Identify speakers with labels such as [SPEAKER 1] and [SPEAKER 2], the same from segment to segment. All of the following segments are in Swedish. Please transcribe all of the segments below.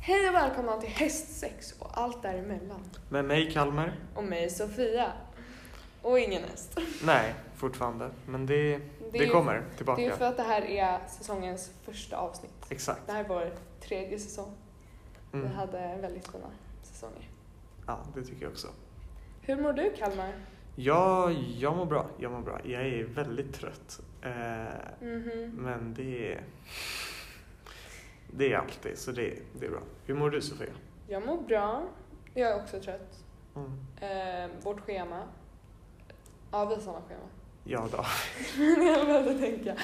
[SPEAKER 1] Hej och välkomna till hästsex och allt däremellan.
[SPEAKER 2] Med mig Kalmar?
[SPEAKER 1] Och mig Sofia. Och ingen häst.
[SPEAKER 2] Nej, fortfarande. Men det, det,
[SPEAKER 1] Det är ju-
[SPEAKER 2] kommer tillbaka.
[SPEAKER 1] Det är ju för att det här är säsongens första avsnitt.
[SPEAKER 2] Exakt.
[SPEAKER 1] Det här är vår tredje säsong.
[SPEAKER 2] Mm.
[SPEAKER 1] Vi hade väldigt fina säsonger.
[SPEAKER 2] Ja, det tycker jag också.
[SPEAKER 1] Hur mår du Kalmar?
[SPEAKER 2] Ja, jag mår bra. Jag mår bra. Jag är väldigt trött. Eh,
[SPEAKER 1] Mhm.
[SPEAKER 2] men det är... Det är alltid, så det, det är bra. Hur mår du Sofia?
[SPEAKER 1] Jag mår bra. Jag är också trött.
[SPEAKER 2] Mm.
[SPEAKER 1] Eh, vårt schema. Ja, vi har samma schema.
[SPEAKER 2] Ja då.
[SPEAKER 1] Men jag behövde tänka. Eh,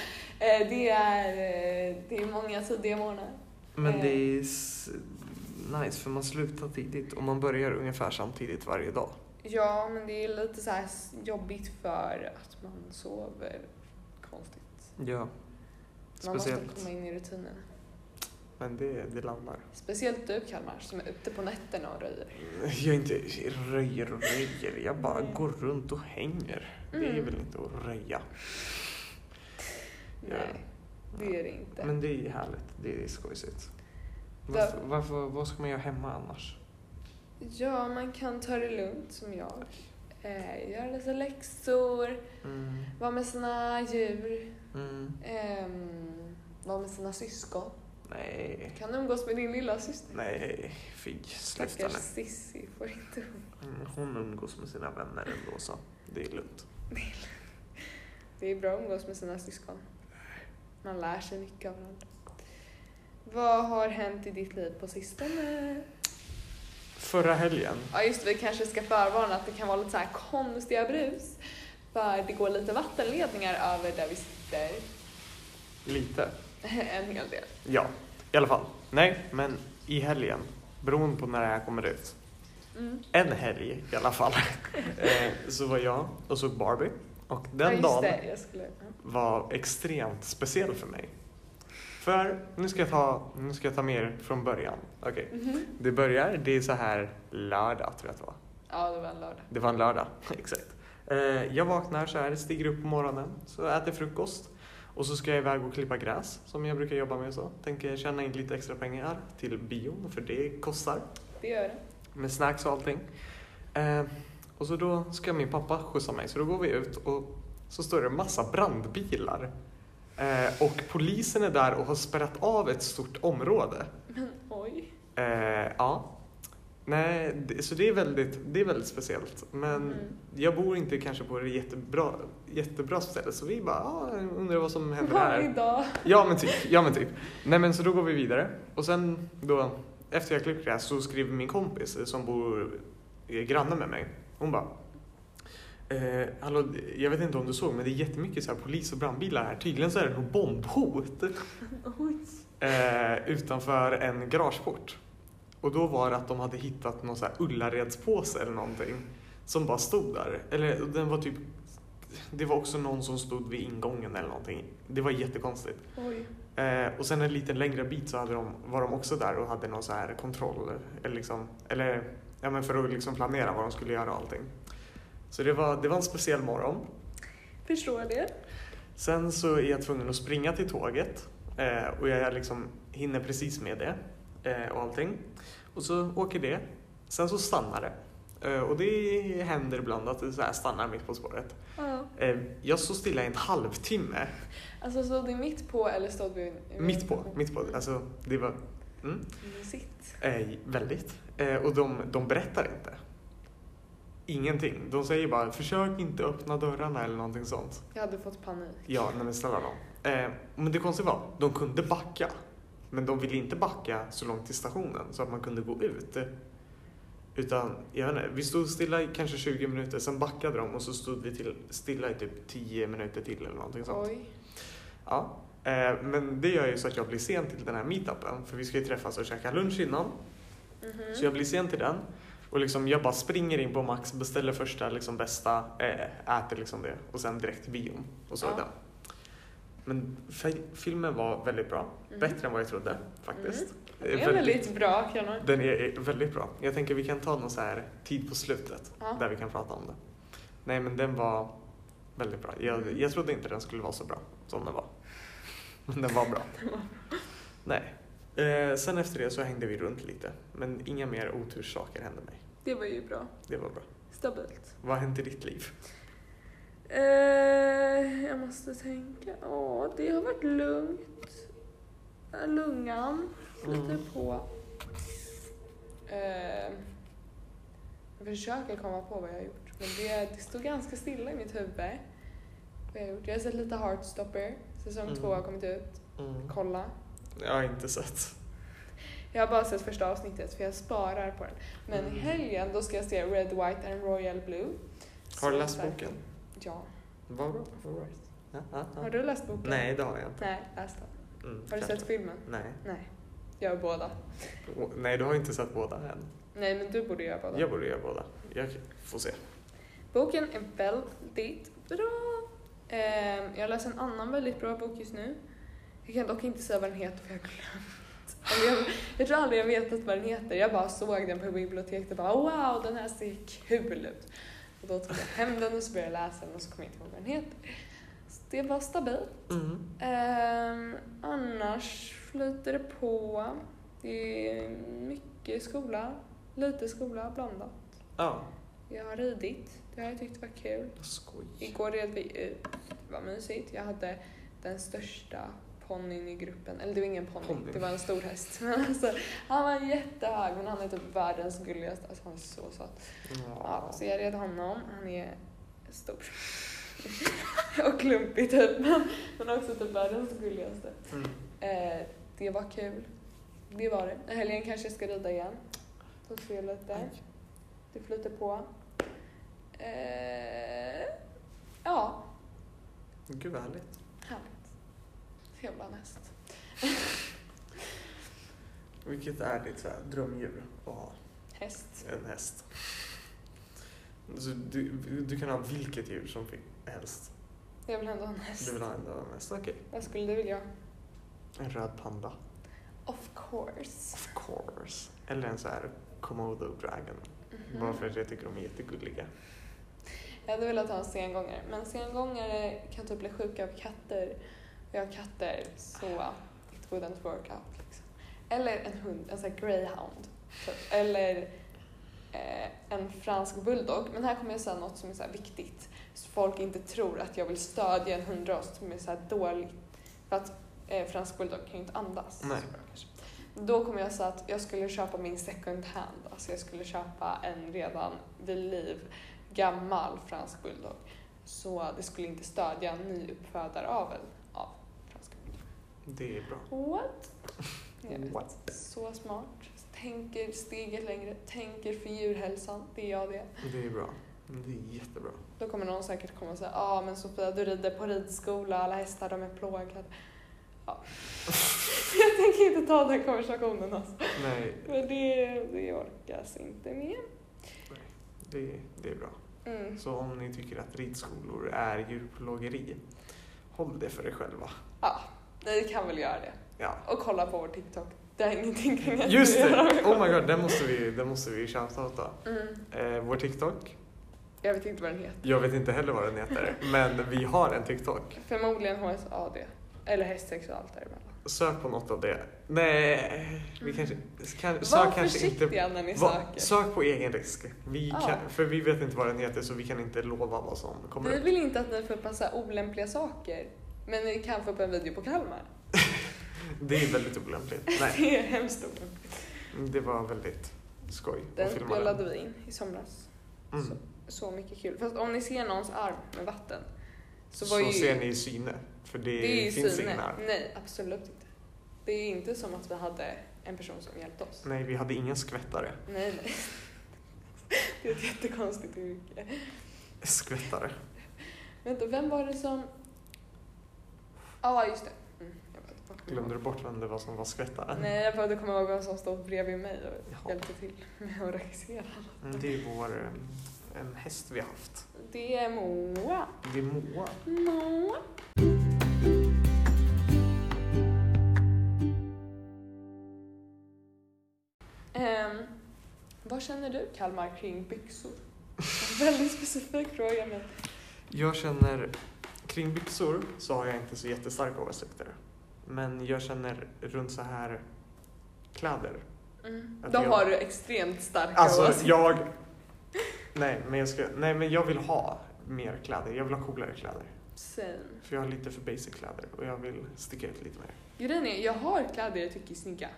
[SPEAKER 1] det, är, eh, det är många tidiga morgnar.
[SPEAKER 2] Men
[SPEAKER 1] Eh.
[SPEAKER 2] det är s- nice för man slutar tidigt och man börjar ungefär samtidigt varje dag.
[SPEAKER 1] Ja, men det är lite så här s- jobbigt för att man sover konstigt.
[SPEAKER 2] Ja.
[SPEAKER 1] Man måste
[SPEAKER 2] Speciellt.
[SPEAKER 1] komma in i rutinen.
[SPEAKER 2] Men det, det landar.
[SPEAKER 1] Speciellt du Kalmar som är ute på nätterna och röjer.
[SPEAKER 2] Jag är inte röjer och röjer, jag bara
[SPEAKER 1] Nej.
[SPEAKER 2] går runt och hänger. Det är
[SPEAKER 1] Mm.
[SPEAKER 2] väl inte att röja. Ja.
[SPEAKER 1] Nej, det är det inte.
[SPEAKER 2] Men det är härligt, det är skojsigt.
[SPEAKER 1] Då-
[SPEAKER 2] Varför, varför, vad ska man göra hemma annars?
[SPEAKER 1] Ja, man kan ta det lugnt som jag. Eh, göra lite läxor,
[SPEAKER 2] Mm,
[SPEAKER 1] vara med sina djur,
[SPEAKER 2] mm,
[SPEAKER 1] ehm, vara med sina syskon.
[SPEAKER 2] nej,
[SPEAKER 1] Kan du umgås med din lilla syster?
[SPEAKER 2] nej, fy, sluta
[SPEAKER 1] Stackars
[SPEAKER 2] nu.
[SPEAKER 1] Cissi får inte
[SPEAKER 2] Mm, Hon umgås med sina vänner ändå så det är lugnt.
[SPEAKER 1] Det är bra att umgås med sina syskon. Man lär sig mycket av varandra. Vad har hänt i ditt liv på sistone?
[SPEAKER 2] Förra helgen,
[SPEAKER 1] Ja just det, vi kanske ska förvarna att det kan vara lite så här konstiga brus. För det går lite vattenledningar över där vi sitter.
[SPEAKER 2] lite.
[SPEAKER 1] En hel del.
[SPEAKER 2] Ja, i alla fall. Nej, men i helgen, beroende på när det här kommer ut.
[SPEAKER 1] Mm.
[SPEAKER 2] en helg i alla fall eh, så var jag och såg Barbie och
[SPEAKER 1] ja,
[SPEAKER 2] den
[SPEAKER 1] just
[SPEAKER 2] dagen
[SPEAKER 1] Det, jag skulle... ja.
[SPEAKER 2] var extremt speciell för mig. För nu ska jag ta, nu ska jag ta med er från början. Okej,
[SPEAKER 1] Mhm.
[SPEAKER 2] det börjar, det är så här lördag tror jag att det var.
[SPEAKER 1] Ja, det var en lördag.
[SPEAKER 2] Det var en lördag, exakt. Eh, jag vaknar så här, stiger upp på morgonen, så äter frukost och så ska jag iväg och klippa gräs som jag brukar jobba med så. Tänker tjäna in lite extra pengar till bion för det kostar
[SPEAKER 1] Det gör det.
[SPEAKER 2] med snacks och allting. Eh, och så då ska min pappa skjutsa mig, så då går vi ut och så står det en massa brandbilar. Eh, och polisen är där och har spärrat av ett stort område.
[SPEAKER 1] Men oj.
[SPEAKER 2] Eh, ja. Nej, det, så det är, väldigt, det är väldigt speciellt. Men
[SPEAKER 1] Mm.
[SPEAKER 2] jag bor inte kanske på det jättebra, jättebra ställe så vi bara ah, undrar vad som händer
[SPEAKER 1] Varje
[SPEAKER 2] här.
[SPEAKER 1] dag.
[SPEAKER 2] Ja men typ, ja men typ. Nej men så då går vi vidare och sen då efter jag klippt gräs så skriver min kompis eh, som bor eh, granne med mig. Hon bara eh, hallå, jag vet inte om du såg men det är jättemycket så här polis och brandbilar här. Tydligen så är det nog bombhot
[SPEAKER 1] Oj.
[SPEAKER 2] eh, utanför en garageport. Och då var det att de hade hittat någon så här Ullaredspåse eller någonting som bara stod där. Eller den var typ det var också någon som stod vid ingången eller någonting. Det var jättekonstigt.
[SPEAKER 1] Oj.
[SPEAKER 2] Eh, och sen en liten längre bit så hade de, var de också där och hade någon så här kontroll. Eller, liksom, eller ja, men för att liksom planera vad de skulle göra och allting. Så det var, det var en speciell morgon.
[SPEAKER 1] Förstår det.
[SPEAKER 2] Sen så är jag tvungen att springa till tåget eh, och jag liksom hinner precis med det eh, och allting. Och så åker det. Sen så stannar det. Eh, och det händer ibland att det så här stannar mitt på spåret.
[SPEAKER 1] Ja.
[SPEAKER 2] Eh, jag står stilla i en halvtimme.
[SPEAKER 1] Alltså stod du mitt på eller stod du... i-
[SPEAKER 2] Mitt på, mitt på. Alltså det var... Mm.
[SPEAKER 1] Sitt.
[SPEAKER 2] Eh, väldigt. Eh, och de, de berättar inte. Ingenting. De säger bara försök inte öppna dörrarna eller någonting sånt.
[SPEAKER 1] Jag hade fått panik.
[SPEAKER 2] Ja, nej men snälla dem. Eh, men det konstiga var, de kunde backa. Men de ville inte backa så långt till stationen så att man kunde gå ut. Utan, jag vet inte, vi stod stilla i kanske 20 minuter, sen backade de och så stod vi till, stilla i typ 10 minuter till eller någonting sånt.
[SPEAKER 1] Oj.
[SPEAKER 2] Ja, eh, men det gör ju så att jag blir sen till den här meetupen för vi ska ju träffas och käka lunch innan.
[SPEAKER 1] Mhm.
[SPEAKER 2] Så jag blir sen till den och liksom jag bara springer in på Max, beställer första liksom bästa, eh, äter liksom det och sen direkt till bion och så är
[SPEAKER 1] Ja.
[SPEAKER 2] den. Men fi- filmen var väldigt bra,
[SPEAKER 1] Mhm.
[SPEAKER 2] bättre än vad jag trodde faktiskt.
[SPEAKER 1] Det
[SPEAKER 2] Eh,
[SPEAKER 1] Mm. är väldigt bra Kalmar.
[SPEAKER 2] Den är är väldigt bra. Jag tänker vi kan ta någon så här tid på slutet
[SPEAKER 1] Ja.
[SPEAKER 2] där vi kan prata om det. Nej men den var väldigt bra. Jag, jag trodde inte den skulle vara så bra som den var. Men den var bra. Nej. Eh, sen efter det så hängde vi runt lite. Men inga mer oturssaker hände mig.
[SPEAKER 1] Det var ju bra.
[SPEAKER 2] Det var bra.
[SPEAKER 1] Stabilt.
[SPEAKER 2] Vad har hänt i ditt liv?
[SPEAKER 1] Eh, jag måste tänka. Ja, det har varit lugnt. Eh, Lungan flyter
[SPEAKER 2] Mm.
[SPEAKER 1] på. Eh, jag försöker komma på vad jag har gjort, men det, det står ganska stilla i mitt huvud. Vad jag har gjort. Jag har sett lite Heartstopper. Säsong
[SPEAKER 2] Mm.
[SPEAKER 1] två har kommit ut. Kolla.
[SPEAKER 2] Jag har inte sett.
[SPEAKER 1] Jag har bara sett första avsnittet för jag sparar på den. Men i
[SPEAKER 2] Mm.
[SPEAKER 1] helgen då ska jag se Red, White and Royal Blue.
[SPEAKER 2] Har du
[SPEAKER 1] Så
[SPEAKER 2] läst
[SPEAKER 1] där-
[SPEAKER 2] boken?
[SPEAKER 1] Ja.
[SPEAKER 2] Vad bra. Vad bra. Ja, ja, ja.
[SPEAKER 1] Har du läst boken?
[SPEAKER 2] Nej, det har jag inte.
[SPEAKER 1] Nej, läs den.
[SPEAKER 2] Mm,
[SPEAKER 1] Har du
[SPEAKER 2] kanske.
[SPEAKER 1] sett filmen?
[SPEAKER 2] Nej.
[SPEAKER 1] Nej. Gör båda.
[SPEAKER 2] Å- Nej, du har inte sett båda än.
[SPEAKER 1] Nej, men du borde göra båda.
[SPEAKER 2] Jag borde göra båda. Jag får se.
[SPEAKER 1] Boken är väldigt bra. Ehm, jag läser en annan väldigt bra bok just nu. Jag kan dock inte säga vad den heter för jag har glömt. Eller jag, jag tror aldrig jag vetat vad den heter. Jag bara såg den på biblioteket och bara wow, den här ser kul ut. Och då tog jag hem den och så började jag läsa den och så kom jag inte ihåg vad den heter. Så det var stabilt.
[SPEAKER 2] Mm.
[SPEAKER 1] Ehm, annars flyter det på. Det är mycket skola, lite skola blandat.
[SPEAKER 2] Ja,
[SPEAKER 1] Jag har ridit, det har jag tyckt var kul.
[SPEAKER 2] skoj.
[SPEAKER 1] Igår red vi ut, det var mysigt. Jag hade den största ponnyn i gruppen. Eller det var ingen ponny,
[SPEAKER 2] Ponny.
[SPEAKER 1] det var en stor häst. Men alltså, han var jättehög men han är typ världens gulligaste. Alltså han är så söt. Ja,
[SPEAKER 2] Ja.
[SPEAKER 1] så jag red honom, han är stor. och klumpig typ, men, men också typ världens gulligaste.
[SPEAKER 2] Mm.
[SPEAKER 1] Eh, det var kul. Det var det. I helgen kanske jag ska rida igen. Får se lite.
[SPEAKER 2] Aj.
[SPEAKER 1] Det flyter på. Eh, ja,
[SPEAKER 2] Gud vad härligt.
[SPEAKER 1] härligt. Ska jag bara näst.
[SPEAKER 2] Vilket är ditt så här, drömdjur att ha?
[SPEAKER 1] Häst.
[SPEAKER 2] En häst. Så du, du kan ha vilket djur som fick helst.
[SPEAKER 1] Jag vill ändå ha en häst.
[SPEAKER 2] Du vill ha en en häst? Okej.
[SPEAKER 1] Vad skulle du vilja ha?
[SPEAKER 2] En röd panda.
[SPEAKER 1] Of course.
[SPEAKER 2] Of course. Eller en så här komodo dragon.
[SPEAKER 1] Mhm.
[SPEAKER 2] Bara för att jag tycker de är jättegulliga.
[SPEAKER 1] Jag hade velat ha en sengångare, men sengångare kan typ bli sjuka av katter. Och jag har katter, så it wouldn't work out. Liksom. Eller en hund, en sån här greyhound. Typ. Eller eh, en fransk bulldog. Men här kommer jag säga något som är så här viktigt. Så folk inte tror att jag vill stödja en hundras som är så här dålig. För att eh, fransk bulldog kan ju inte andas.
[SPEAKER 2] Nej.
[SPEAKER 1] Så bra, kanske. Då kommer jag säga att jag skulle köpa min second hand. Alltså jag skulle köpa en redan vid liv gammal fransk bulldog. Så det skulle inte stödja en ny uppfödaravel av fransk bulldog.
[SPEAKER 2] Det är bra.
[SPEAKER 1] What? Jag vet.
[SPEAKER 2] What?
[SPEAKER 1] Så smart. Tänker steget längre. Tänker för djurhälsan. Det är jag det.
[SPEAKER 2] Det är bra. Det är jättebra.
[SPEAKER 1] Då kommer någon säkert komma och säga ja ah, men Sofia du rider på ridskola, alla hästar de är plågade. Ja. jag tänker inte ta den konversationen alltså.
[SPEAKER 2] Nej,
[SPEAKER 1] Men det, det orkas inte med.
[SPEAKER 2] det, det är bra.
[SPEAKER 1] Mm.
[SPEAKER 2] Så om ni tycker att ridskolor är djurplågeri, håll det för er själva.
[SPEAKER 1] Ni kan väl göra det.
[SPEAKER 2] Ja.
[SPEAKER 1] Och kolla på vår TikTok. Det har ingenting kring hästar
[SPEAKER 2] Just
[SPEAKER 1] att göra
[SPEAKER 2] det!
[SPEAKER 1] med.
[SPEAKER 2] Oh my god, den måste vi, den måste vi shoutouta.
[SPEAKER 1] Mm.
[SPEAKER 2] Eh, vår TikTok,
[SPEAKER 1] Jag vet inte vad den heter.
[SPEAKER 2] jag vet inte heller vad den heter, men vi har en TikTok.
[SPEAKER 1] Förmodligen HSAD. Eller hästsexuellt däremellan.
[SPEAKER 2] Sök på något av det. Nej, vi kanske... Kan,
[SPEAKER 1] Var
[SPEAKER 2] sök kanske
[SPEAKER 1] försiktiga
[SPEAKER 2] inte...
[SPEAKER 1] när ni
[SPEAKER 2] Va-
[SPEAKER 1] söker.
[SPEAKER 2] sök på egen risk. Vi
[SPEAKER 1] Ja.
[SPEAKER 2] kan, för vi vet inte vad den heter så vi kan inte lova vad som kommer
[SPEAKER 1] Vi
[SPEAKER 2] upp.
[SPEAKER 1] vill inte att ni får passa olämpliga saker. Men ni kan få upp en video på Kalmar.
[SPEAKER 2] Det är väldigt olämpligt. Nej,
[SPEAKER 1] Det är hemskt olämpligt.
[SPEAKER 2] det var väldigt skoj
[SPEAKER 1] Den
[SPEAKER 2] att filma den.
[SPEAKER 1] spelade vi in i somras.
[SPEAKER 2] Mm.
[SPEAKER 1] Så mycket kul. Fast om ni ser någons arm med vatten
[SPEAKER 2] Så,
[SPEAKER 1] så var ju...
[SPEAKER 2] ser ni syne, för det,
[SPEAKER 1] det är ju
[SPEAKER 2] finns
[SPEAKER 1] syne.
[SPEAKER 2] ingen arm.
[SPEAKER 1] Nej, absolut inte. Det är inte som att vi hade en person som hjälpte oss.
[SPEAKER 2] Nej, vi hade ingen skvättare.
[SPEAKER 1] Nej, nej. Det är ett jättekonstigt yrke.
[SPEAKER 2] Skvättare.
[SPEAKER 1] Vänta, vem var det som... Ja, just det. Mm, jag behövde bara komma
[SPEAKER 2] Glömde
[SPEAKER 1] ihåg.
[SPEAKER 2] du bort vem det var som var skvättaren?
[SPEAKER 1] Nej, jag behövde komma ihåg vem som stod bredvid mig och
[SPEAKER 2] Jaha.
[SPEAKER 1] hjälpte till med att regissera.
[SPEAKER 2] Mm, Det är vår... eh, En häst vi har haft.
[SPEAKER 1] Det är Moa.
[SPEAKER 2] Det är Moa.
[SPEAKER 1] Moa. Ehm, vad känner du, Kalmar, kring byxor? Väldigt specifik fråga men
[SPEAKER 2] Jag känner, kring byxor så har jag inte så jättestarka åsikter. Men jag känner runt så här kläder.
[SPEAKER 1] mm.
[SPEAKER 2] Att
[SPEAKER 1] då
[SPEAKER 2] jag-
[SPEAKER 1] har du extremt starka
[SPEAKER 2] Alltså
[SPEAKER 1] åsikter.
[SPEAKER 2] jag... Nej men, jag ska, nej, men jag vill ha mer kläder. Jag vill ha coolare kläder.
[SPEAKER 1] Same.
[SPEAKER 2] För jag har lite för basic kläder och jag vill sticka ut lite mer.
[SPEAKER 1] Grejen är, jag har kläder jag tycker är snygga.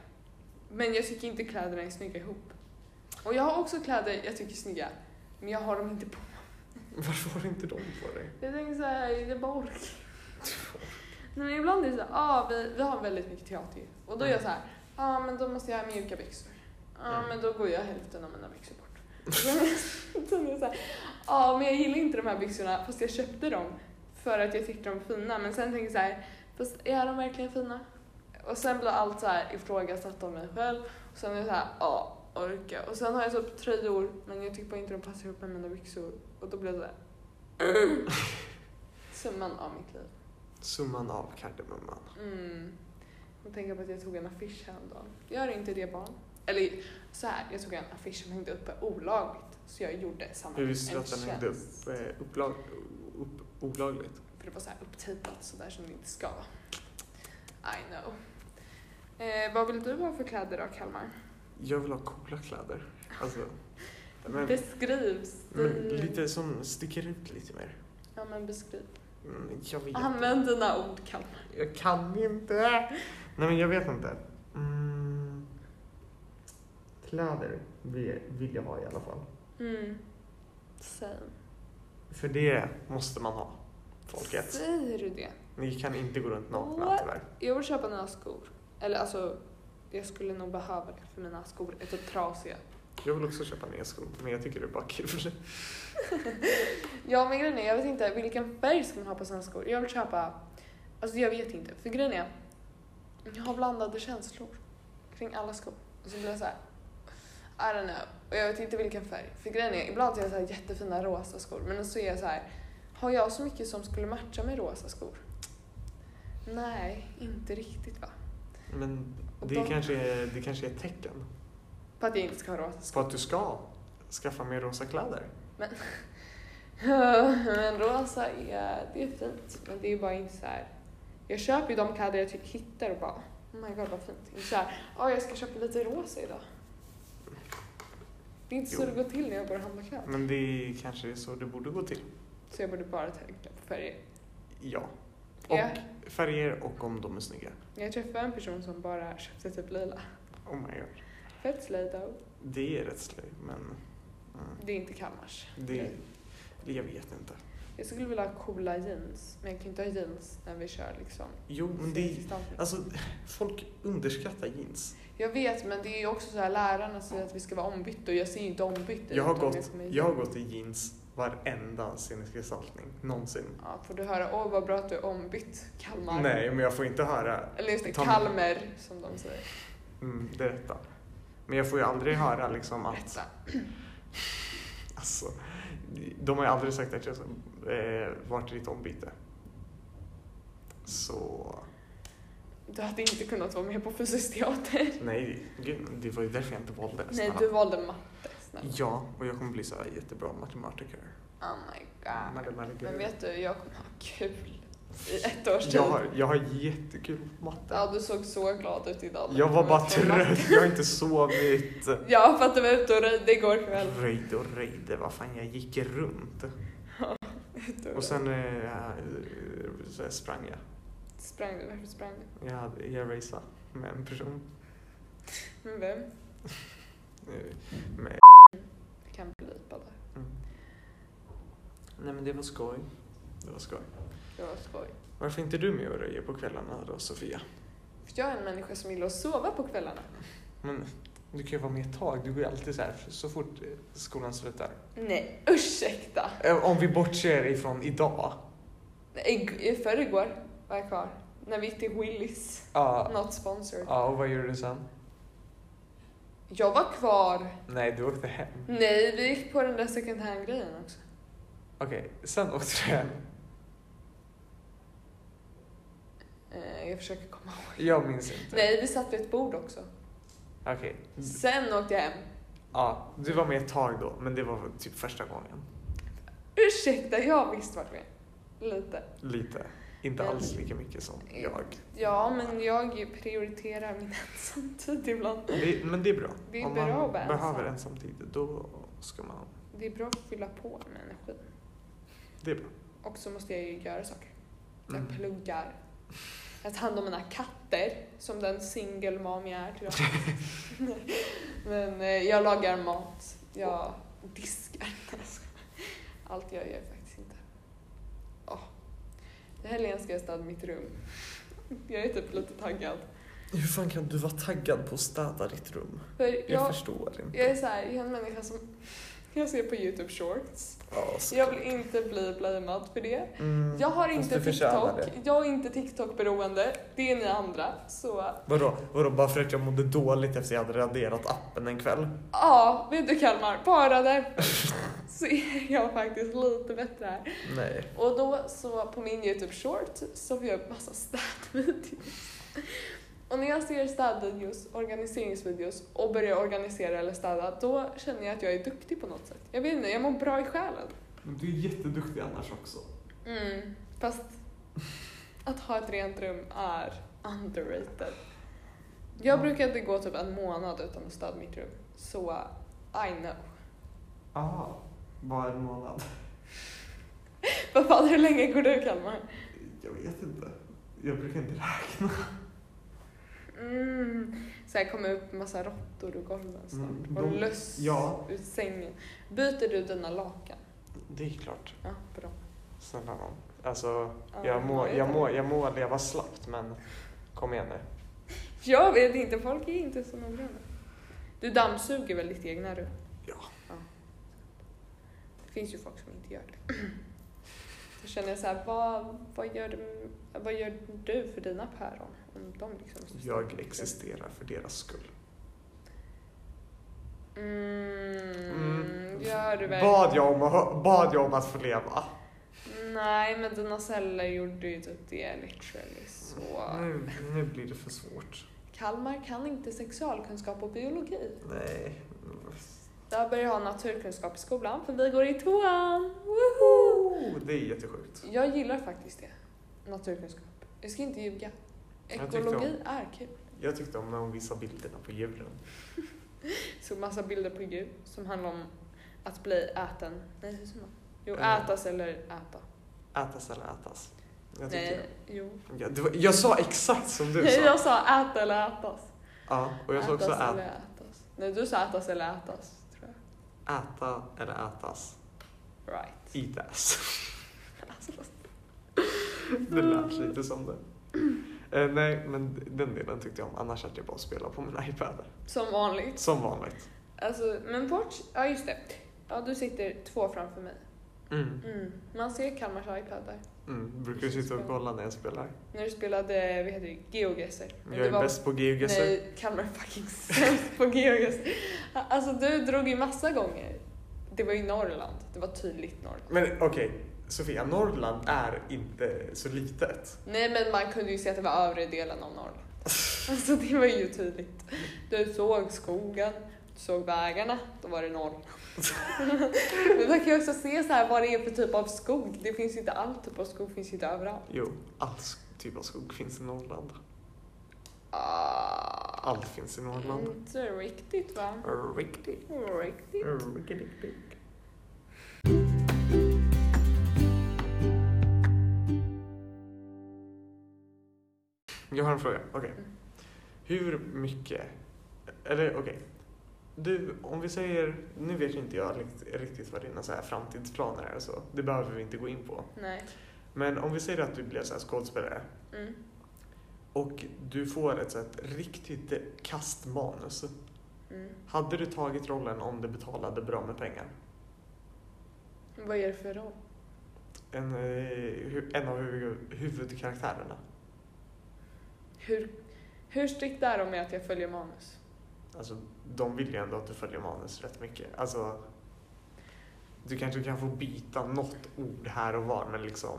[SPEAKER 1] Men jag tycker inte kläderna är snygga ihop. Och jag har också kläder jag tycker är snygga. Men jag har dem inte på.
[SPEAKER 2] Varför har du inte dem på dig?
[SPEAKER 1] Jag tänker såhär, det är bara ork. Nej men ibland är det såhär, ah, vi, vi har väldigt mycket teater. Och då är jag såhär, ja ah, men då måste jag ha mjuka byxor. Ja ah,
[SPEAKER 2] Mm.
[SPEAKER 1] men då går jag hälften av mina byxor bort. Sen är jag såhär, ja ah, men jag gillar inte de här byxorna fast jag köpte dem. För att jag tyckte de var fina. Men sen tänker jag såhär, fast är de verkligen fina? Och sen blir allt så här ifrågasatt av mig själv. Och sen är jag såhär, ja orka. Och sen har jag typ tröjor men jag tycker bara inte de passar ihop med mina byxor. Och då blir det såhär, summan av mitt liv.
[SPEAKER 2] Summan av kardemumman.
[SPEAKER 1] Mm. Jag tänker på att jag tog en affisch häromdagen. Gör inte det barn. Eller så här, jag tog en affisch som hängde uppe olagligt. Så jag gjorde samma
[SPEAKER 2] Hur visste du
[SPEAKER 1] en
[SPEAKER 2] att den hängde
[SPEAKER 1] tjänst.
[SPEAKER 2] upp, eh, upplag, upp olagligt?
[SPEAKER 1] För det var så här upptejpat sådär som det inte ska vara. I know. Eh, vad vill du ha för kläder då Kalmar?
[SPEAKER 2] Jag vill ha coola kläder. Alltså, men,
[SPEAKER 1] Beskriv
[SPEAKER 2] men
[SPEAKER 1] stil.
[SPEAKER 2] lite som sticker ut lite mer.
[SPEAKER 1] Ja men beskriv.
[SPEAKER 2] Mm, jag vet
[SPEAKER 1] Använd dina ord Kalmar.
[SPEAKER 2] Jag kan inte. Nej men jag vet inte. Mm. Kläder vill vill jag ha i alla fall.
[SPEAKER 1] Mm. Säg.
[SPEAKER 2] För det måste man ha, folket.
[SPEAKER 1] Säger du det?
[SPEAKER 2] Ni kan inte gå runt nakna
[SPEAKER 1] What?
[SPEAKER 2] tyvärr.
[SPEAKER 1] Jag vill köpa nya skor. Eller alltså, jag skulle nog behöva det för mina skor är typ trasiga.
[SPEAKER 2] Jag vill också köpa nya skor, men jag tycker det är bara kul.
[SPEAKER 1] Ja men grejen är, jag vet inte vilken färg ska man ha på sina skor. Jag vill köpa, alltså jag vet inte. För grejen är, jag har blandade känslor kring alla skor. Och så blir jag såhär, I don't know. Och jag vet inte vilken färg. För grejen är, ibland har jag så här jättefina rosa skor. Men så är jag så här, har jag så mycket som skulle matcha med rosa skor? Nej, inte riktigt va?
[SPEAKER 2] Men
[SPEAKER 1] Och
[SPEAKER 2] det
[SPEAKER 1] de-
[SPEAKER 2] kanske är, det kanske är ett tecken
[SPEAKER 1] På att jag inte ska ha rosa skor.
[SPEAKER 2] på att du ska skaffa mer rosa kläder.
[SPEAKER 1] men rosa är, det är fint. Men det är bara inte så här. Jag köper ju de kläder jag typ hittar och bara oh my god vad fint. Inte så här, ja jag ska köpa lite rosa idag. Det är inte så
[SPEAKER 2] Jo. Mm.
[SPEAKER 1] det går till när jag går och handlar kläder.
[SPEAKER 2] Men det är kanske är så det borde gå till.
[SPEAKER 1] Så jag borde bara tänka på färger.
[SPEAKER 2] Ja. Och
[SPEAKER 1] Jag,
[SPEAKER 2] färger och om de är snygga.
[SPEAKER 1] jag träffade en person som bara köpte typ lila.
[SPEAKER 2] Oh my god.
[SPEAKER 1] Fett slay though.
[SPEAKER 2] Det är rätt slöj, men... Mm.
[SPEAKER 1] Det är inte Kalmars.
[SPEAKER 2] Det, det jag vet inte.
[SPEAKER 1] Jag skulle vilja ha coola jeans. Men jag kan ju inte ha jeans när vi kör liksom.
[SPEAKER 2] Jo, men det är,
[SPEAKER 1] freestyle.
[SPEAKER 2] alltså, folk underskattar jeans.
[SPEAKER 1] Jag vet, men det är ju också så här lärarna säger att vi ska vara ombytta och jag ser ju inte ombytt ut,
[SPEAKER 2] Jag har
[SPEAKER 1] utan
[SPEAKER 2] gått,
[SPEAKER 1] kommer hit.
[SPEAKER 2] jag har gått i jeans varenda sceniskgestaltning någonsin.
[SPEAKER 1] Ja, får du höra åh vad bra att du är ombytt, Kalmar.
[SPEAKER 2] Nej, men jag får inte höra
[SPEAKER 1] Eller just det,
[SPEAKER 2] Ta-
[SPEAKER 1] Kalmer som de säger.
[SPEAKER 2] mm, det rätta. Men jag får ju aldrig höra liksom att...
[SPEAKER 1] Rätta.
[SPEAKER 2] Alltså, de har ju aldrig sagt att jag eh, varit ditt ombyte. Så...
[SPEAKER 1] Du hade inte kunnat vara med på fysisk teater.
[SPEAKER 2] Nej, gud, det var ju därför jag inte valde det.
[SPEAKER 1] Nej,
[SPEAKER 2] snälla.
[SPEAKER 1] du valde matte. Snälla.
[SPEAKER 2] Ja, och jag kommer bli så här jättebra matematiker.
[SPEAKER 1] Oh my god.
[SPEAKER 2] Matematiker.
[SPEAKER 1] Men vet du, jag kommer ha kul i ett års tid.
[SPEAKER 2] Jag har, jag har jättekul på matte.
[SPEAKER 1] Ja, du såg så glad ut idag.
[SPEAKER 2] Jag var bara
[SPEAKER 1] Från matte.
[SPEAKER 2] trött, jag har inte sovit.
[SPEAKER 1] Ja, för att du var ute och röjde igår kväll.
[SPEAKER 2] Röjde och röjde, vad fan jag gick runt.
[SPEAKER 1] Ute
[SPEAKER 2] Och sen eh, så här sprang jag.
[SPEAKER 1] Sprang du? Varför sprang du?
[SPEAKER 2] Jag, hade- jag raceade med en person.
[SPEAKER 1] Med vem?
[SPEAKER 2] Eh, Med.
[SPEAKER 1] Jag kan blipa där.
[SPEAKER 2] Mm. Nej men det var skoj. Det var skoj.
[SPEAKER 1] Det var skoj.
[SPEAKER 2] Varför är inte du med och röjer på kvällarna då Sofia?
[SPEAKER 1] För jag är en människa som gillar att sova på kvällarna.
[SPEAKER 2] Men du kan ju vara med ett tag, du går ju alltid så här så fort eh, skolan slutar.
[SPEAKER 1] Nej, ursäkta.
[SPEAKER 2] Eh, Om vi bortser ifrån idag.
[SPEAKER 1] I, i förrgår var jag kvar. När vi gick till Willys.
[SPEAKER 2] Ja,
[SPEAKER 1] Not sponsored.
[SPEAKER 2] ja, och vad gjorde du sen?
[SPEAKER 1] Jag var kvar.
[SPEAKER 2] Nej, du åkte hem.
[SPEAKER 1] Nej, vi gick på den där second hand-grejen också.
[SPEAKER 2] Okej, sen åkte du hem.
[SPEAKER 1] Eh, jag försöker komma ihåg.
[SPEAKER 2] Jag minns inte.
[SPEAKER 1] Nej, vi satt vid ett bord också.
[SPEAKER 2] Okej.
[SPEAKER 1] Sen åkte jag hem.
[SPEAKER 2] Ja, du var med ett tag då, men det var typ första gången.
[SPEAKER 1] Ursäkta, jag har visst varit med. Lite.
[SPEAKER 2] Lite. Inte
[SPEAKER 1] Men-
[SPEAKER 2] alls lika mycket som jag.
[SPEAKER 1] Ja, men jag prioriterar min ensamtid ibland.
[SPEAKER 2] Det, men det är bra.
[SPEAKER 1] Det är
[SPEAKER 2] Om
[SPEAKER 1] bra
[SPEAKER 2] man
[SPEAKER 1] att vara
[SPEAKER 2] behöver
[SPEAKER 1] ensam.
[SPEAKER 2] ensamtid, då ska man...
[SPEAKER 1] Det är bra att fylla på med energi.
[SPEAKER 2] Det är bra.
[SPEAKER 1] Och så måste jag ju göra saker. Jag
[SPEAKER 2] Mm.
[SPEAKER 1] pluggar. Jag tar hand om mina katter, som den singelmam jag är tyvärr. Men eh, jag lagar mat, jag diskar. Allt jag gör faktiskt inte. Åh. I helgen ska jag städa mitt rum. Jag är typ lite taggad.
[SPEAKER 2] Hur fan kan du vara taggad på att städa ditt rum?
[SPEAKER 1] För jag,
[SPEAKER 2] förstår inte.
[SPEAKER 1] jag är så här, jag är en människa som jag ser på YouTube shorts.
[SPEAKER 2] Ja, så-
[SPEAKER 1] Jag vill inte bli blamead för det.
[SPEAKER 2] Mm.
[SPEAKER 1] Jag har
[SPEAKER 2] Fast
[SPEAKER 1] inte
[SPEAKER 2] du förtjänar
[SPEAKER 1] TikTok. Jag är inte TikTok-beroende. Det är ni andra. Så
[SPEAKER 2] Vadå? Vadå, bara för att jag mådde dåligt efter jag hade raderat appen en kväll?
[SPEAKER 1] ja, vet du Kalmar, bara där så är jag faktiskt lite bättre här.
[SPEAKER 2] Nej.
[SPEAKER 1] Och då så på min YouTube short så får jag upp massa städvideos. Och när jag ser städvideos, organiseringsvideos och börjar organisera eller städa då känner jag att jag är duktig på något sätt. Jag vet inte, jag mår bra i själen.
[SPEAKER 2] Du är jätteduktig annars också.
[SPEAKER 1] Mm, fast att ha ett rent rum är underrated. Jag brukade gå typ en månad utan att städa mitt rum. Så I know.
[SPEAKER 2] Aha, bara en månad.
[SPEAKER 1] Vad fan, hur länge går du Kalmar?
[SPEAKER 2] Jag vet inte. Jag brukar inte räkna.
[SPEAKER 1] Mm. Så här kommer upp massa råttor ur golven snart.
[SPEAKER 2] Mm,
[SPEAKER 1] och
[SPEAKER 2] de-
[SPEAKER 1] löss
[SPEAKER 2] ja.
[SPEAKER 1] ur sängen. Byter du dina lakan?
[SPEAKER 2] Det är klart.
[SPEAKER 1] Ja, bra.
[SPEAKER 2] Snälla nån. Alltså,
[SPEAKER 1] Ja,
[SPEAKER 2] jag må,
[SPEAKER 1] vet
[SPEAKER 2] jag,
[SPEAKER 1] inte.
[SPEAKER 2] må, jag må leva slappt men kom igen nu.
[SPEAKER 1] Jag vet inte, folk är inte så noga. med. Du dammsuger väl ditt egna rum?
[SPEAKER 2] Ja.
[SPEAKER 1] Det finns ju folk som inte gör det. Då känner jag så här, vad, vad, gör, vad gör du för dina päron? Om de liksom måste
[SPEAKER 2] Jag existerar för deras skull.
[SPEAKER 1] Mm,
[SPEAKER 2] Mm.
[SPEAKER 1] Gör du verkligen?
[SPEAKER 2] Bad jag, om att, bad jag om att få leva?
[SPEAKER 1] Nej, men dina celler gjorde ju typ det literally. Så
[SPEAKER 2] Nu, nu blir det för svårt.
[SPEAKER 1] Kalmar kan inte sexualkunskap och biologi.
[SPEAKER 2] Nej.
[SPEAKER 1] Där börjar jag ha naturkunskap i skolan, för vi går i tvåan. Woho!
[SPEAKER 2] Oh, det är jättesjukt.
[SPEAKER 1] Jag gillar faktiskt det. Naturkunskap. Jag ska inte ljuga.
[SPEAKER 2] Jag tyckte om-
[SPEAKER 1] Ekologi är kul.
[SPEAKER 2] Jag tyckte om när hon visade bilderna på djuren.
[SPEAKER 1] Så massa bilder på djur som handlar om att bli äten. Nej, hur säger man? Jo,
[SPEAKER 2] Eh.
[SPEAKER 1] ätas eller äta.
[SPEAKER 2] Ätas eller ätas? Jag tyckte
[SPEAKER 1] Nej, jo.
[SPEAKER 2] jag, det var, jag sa exakt som du
[SPEAKER 1] Nej,
[SPEAKER 2] sa.
[SPEAKER 1] jag sa äta eller ätas.
[SPEAKER 2] Ja, och jag sa också
[SPEAKER 1] ätas
[SPEAKER 2] ä,
[SPEAKER 1] eller ätas. Nej, du sa ätas eller ätas, tror jag.
[SPEAKER 2] äta eller ätas.
[SPEAKER 1] Right.
[SPEAKER 2] Eat ass.
[SPEAKER 1] Alltså,
[SPEAKER 2] Det lät
[SPEAKER 1] Mm.
[SPEAKER 2] lite som det. Eh, nej, men den delen tyckte jag om. Annars att jag bara spelar på min iPad.
[SPEAKER 1] som vanligt.
[SPEAKER 2] Som vanligt.
[SPEAKER 1] Alltså, men bort... Ja, just det. Ja, du sitter två framför mig.
[SPEAKER 2] Mm.
[SPEAKER 1] Mm. Man ser Kalmars iPad där.
[SPEAKER 2] Mm. Brukar du sitta och kolla när jag spelar?
[SPEAKER 1] När du spelade, vad heter det, GeoGuessr. Men
[SPEAKER 2] Jag
[SPEAKER 1] det
[SPEAKER 2] är
[SPEAKER 1] var-
[SPEAKER 2] bäst på GeoGuessr.
[SPEAKER 1] Nej, Kalmar är fucking sämst på geografi. Alltså du drog ju massa gånger. Det var ju Norrland. Det var tydligt Norrland.
[SPEAKER 2] Men okej, Sofia, Norrland är inte så litet.
[SPEAKER 1] Nej men man kunde ju se att det var övre delen av Norrland. Alltså det var ju tydligt. Du såg skogen, du såg vägarna, då var det Norrland. men man kan ju också se så här vad det är för typ av skog. Det finns ju inte all typ av skog, finns ju inte överallt.
[SPEAKER 2] Jo, all sk- typ av skog finns i Norrland.
[SPEAKER 1] Ah,
[SPEAKER 2] Allt finns i Norrland.
[SPEAKER 1] Inte riktigt va?
[SPEAKER 2] Riktigt.
[SPEAKER 1] Riktigt.
[SPEAKER 2] Mm. Riktigt. Jag har en fråga. Okej.
[SPEAKER 1] Mm.
[SPEAKER 2] Hur mycket... Eller okej. Du, om vi säger... Nu vet ju inte jag rikt- riktigt vad dina så här framtidsplaner är och så. Det behöver vi inte gå in på.
[SPEAKER 1] Nej.
[SPEAKER 2] Men om vi säger att du blev så här skådespelare
[SPEAKER 1] Mm.
[SPEAKER 2] och du får ett, så här, ett riktigt kastmanus.
[SPEAKER 1] Mm.
[SPEAKER 2] Hade du tagit rollen om det betalade bra med pengar?
[SPEAKER 1] Vad är det för roll?
[SPEAKER 2] En, eh, hu- en av hu- huvudkaraktärerna.
[SPEAKER 1] Hur, hur strikt är de med att jag följer manus?
[SPEAKER 2] Alltså, de vill ju ändå att du följer manus rätt mycket. Alltså, du kanske kan få byta något ord här och var, men liksom,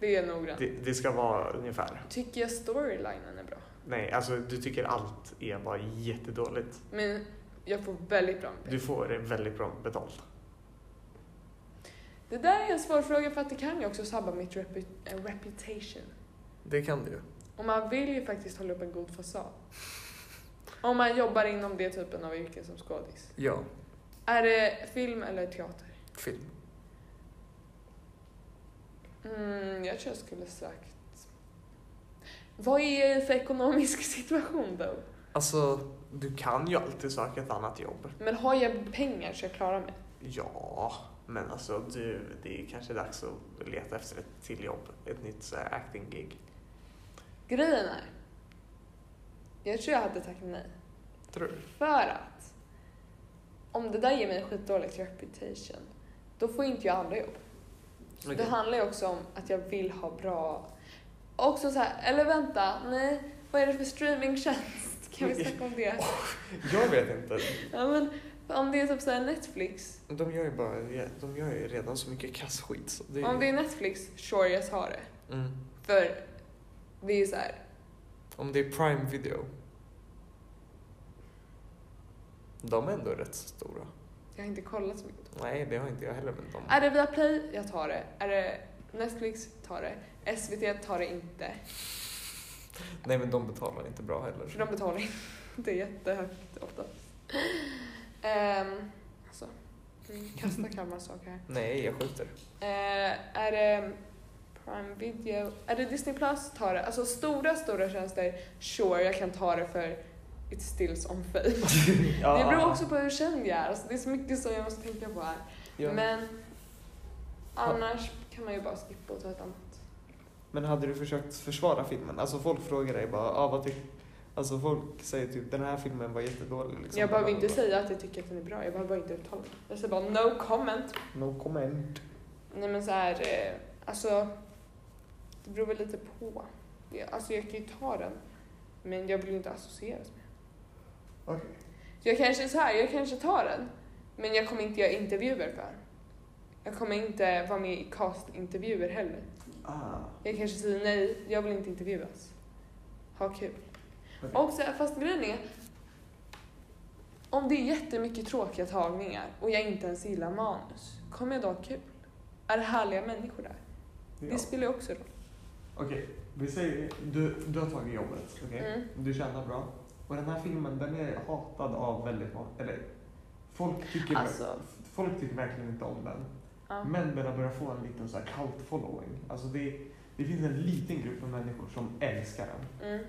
[SPEAKER 1] Det är noggrant.
[SPEAKER 2] det, det ska vara ungefär.
[SPEAKER 1] Tycker jag storylinen är bra?
[SPEAKER 2] Nej, alltså du tycker allt är bara jättedåligt.
[SPEAKER 1] Men jag får väldigt bra med
[SPEAKER 2] Du
[SPEAKER 1] pengar.
[SPEAKER 2] får det väldigt bra betalt.
[SPEAKER 1] Det där är en svår fråga för att det kan ju också sabba mitt repu- eh, reputation.
[SPEAKER 2] Det kan det ju.
[SPEAKER 1] Och man vill ju faktiskt hålla upp en god fasad. Om man jobbar inom det typen av yrke som skådis.
[SPEAKER 2] Ja,
[SPEAKER 1] Är det film eller teater?
[SPEAKER 2] film.
[SPEAKER 1] Mm, jag tror jag skulle sagt... Vad är det för ekonomisk situation då?
[SPEAKER 2] Alltså, du kan ju alltid söka ett annat jobb.
[SPEAKER 1] Men har jag pengar så jag klarar mig?
[SPEAKER 2] Ja, men alltså du, det är kanske dags att leta efter ett till jobb. Ett nytt eh, så här, acting-gig.
[SPEAKER 1] Grejen är... Jag tror jag hade tackat nej.
[SPEAKER 2] Tror du?
[SPEAKER 1] För att om det där ger mig skitdåligt reputation, då får inte jag andra jobb. Så Det
[SPEAKER 2] Okej.
[SPEAKER 1] handlar ju också om att jag vill ha bra... Också så här, eller vänta, nej, vad är det för streamingtjänst? Kan vi snacka om det?
[SPEAKER 2] Jag vet inte.
[SPEAKER 1] Ja, men om det är typ så här Netflix,
[SPEAKER 2] De gör ju, bara, de gör ju redan så mycket kassskit. Så det är...
[SPEAKER 1] om det är Netflix, sure jag tar det.
[SPEAKER 2] Mm.
[SPEAKER 1] För det är ju så här,
[SPEAKER 2] Om det är Prime Video. De är ändå rätt så stora.
[SPEAKER 1] jag har inte kollat så mycket.
[SPEAKER 2] Nej, det har inte jag heller, men de...
[SPEAKER 1] Är det Viaplay? Jag tar det. Är det Netflix? Tar det. SVT? Tar det inte.
[SPEAKER 2] Nej, men de betalar inte bra heller.
[SPEAKER 1] För de betalar inte jättehögt ofta. Um, alltså, mm, kasta kammarsaker här.
[SPEAKER 2] Nej, jag skjuter.
[SPEAKER 1] Eh, är det Prime Video? Är det Disney Plus? Ta det. Alltså stora, stora tjänster. Sure, jag kan ta det för it stills on fame. Det beror också på hur känd jag är. Alltså, det är så mycket som jag måste tänka på här.
[SPEAKER 2] Ja. Men...
[SPEAKER 1] Men annars kan man ju bara skippa och ta ett annat.
[SPEAKER 2] hade du försökt försvara filmen? Alltså folk frågar dig bara, ah, vad tycker Alltså folk säger typ, den här filmen var jättedålig. Liksom.
[SPEAKER 1] Jag behöver inte säga att jag tycker att den är bra. Jag behöver bara inte uttala mig. Jag säger bara no comment.
[SPEAKER 2] No comment.
[SPEAKER 1] Nej men så här, eh, alltså det beror väl lite på. Ja, Alltså jag kan ju ta den, men jag vill ju inte associeras med den.
[SPEAKER 2] Okej.
[SPEAKER 1] Så jag kanske så här, jag kanske tar den, men jag kommer inte göra intervjuer för den. Jag kommer inte vara med i castintervjuer heller.
[SPEAKER 2] Ah.
[SPEAKER 1] Jag kanske säger nej, jag vill inte intervjuas. Ha kul.
[SPEAKER 2] Okej.
[SPEAKER 1] Och så, här, fast grejen är, om det är jättemycket tråkiga tagningar och jag inte ens gillar manus, kommer jag då ha kul? Är det härliga människor där?
[SPEAKER 2] Ja.
[SPEAKER 1] Det spelar ju också roll.
[SPEAKER 2] Okej, vi säger, du, du har tagit jobbet, okej?
[SPEAKER 1] Mm.
[SPEAKER 2] Du tjänar bra. Och den här filmen, den är hatad av väldigt många. Eller, folk tycker,
[SPEAKER 1] Alltså.
[SPEAKER 2] folk tycker verkligen inte om den.
[SPEAKER 1] Ja.
[SPEAKER 2] Men den har börjat få en liten så här cult following. Alltså det, det finns en liten grupp av människor som älskar den.
[SPEAKER 1] Mm.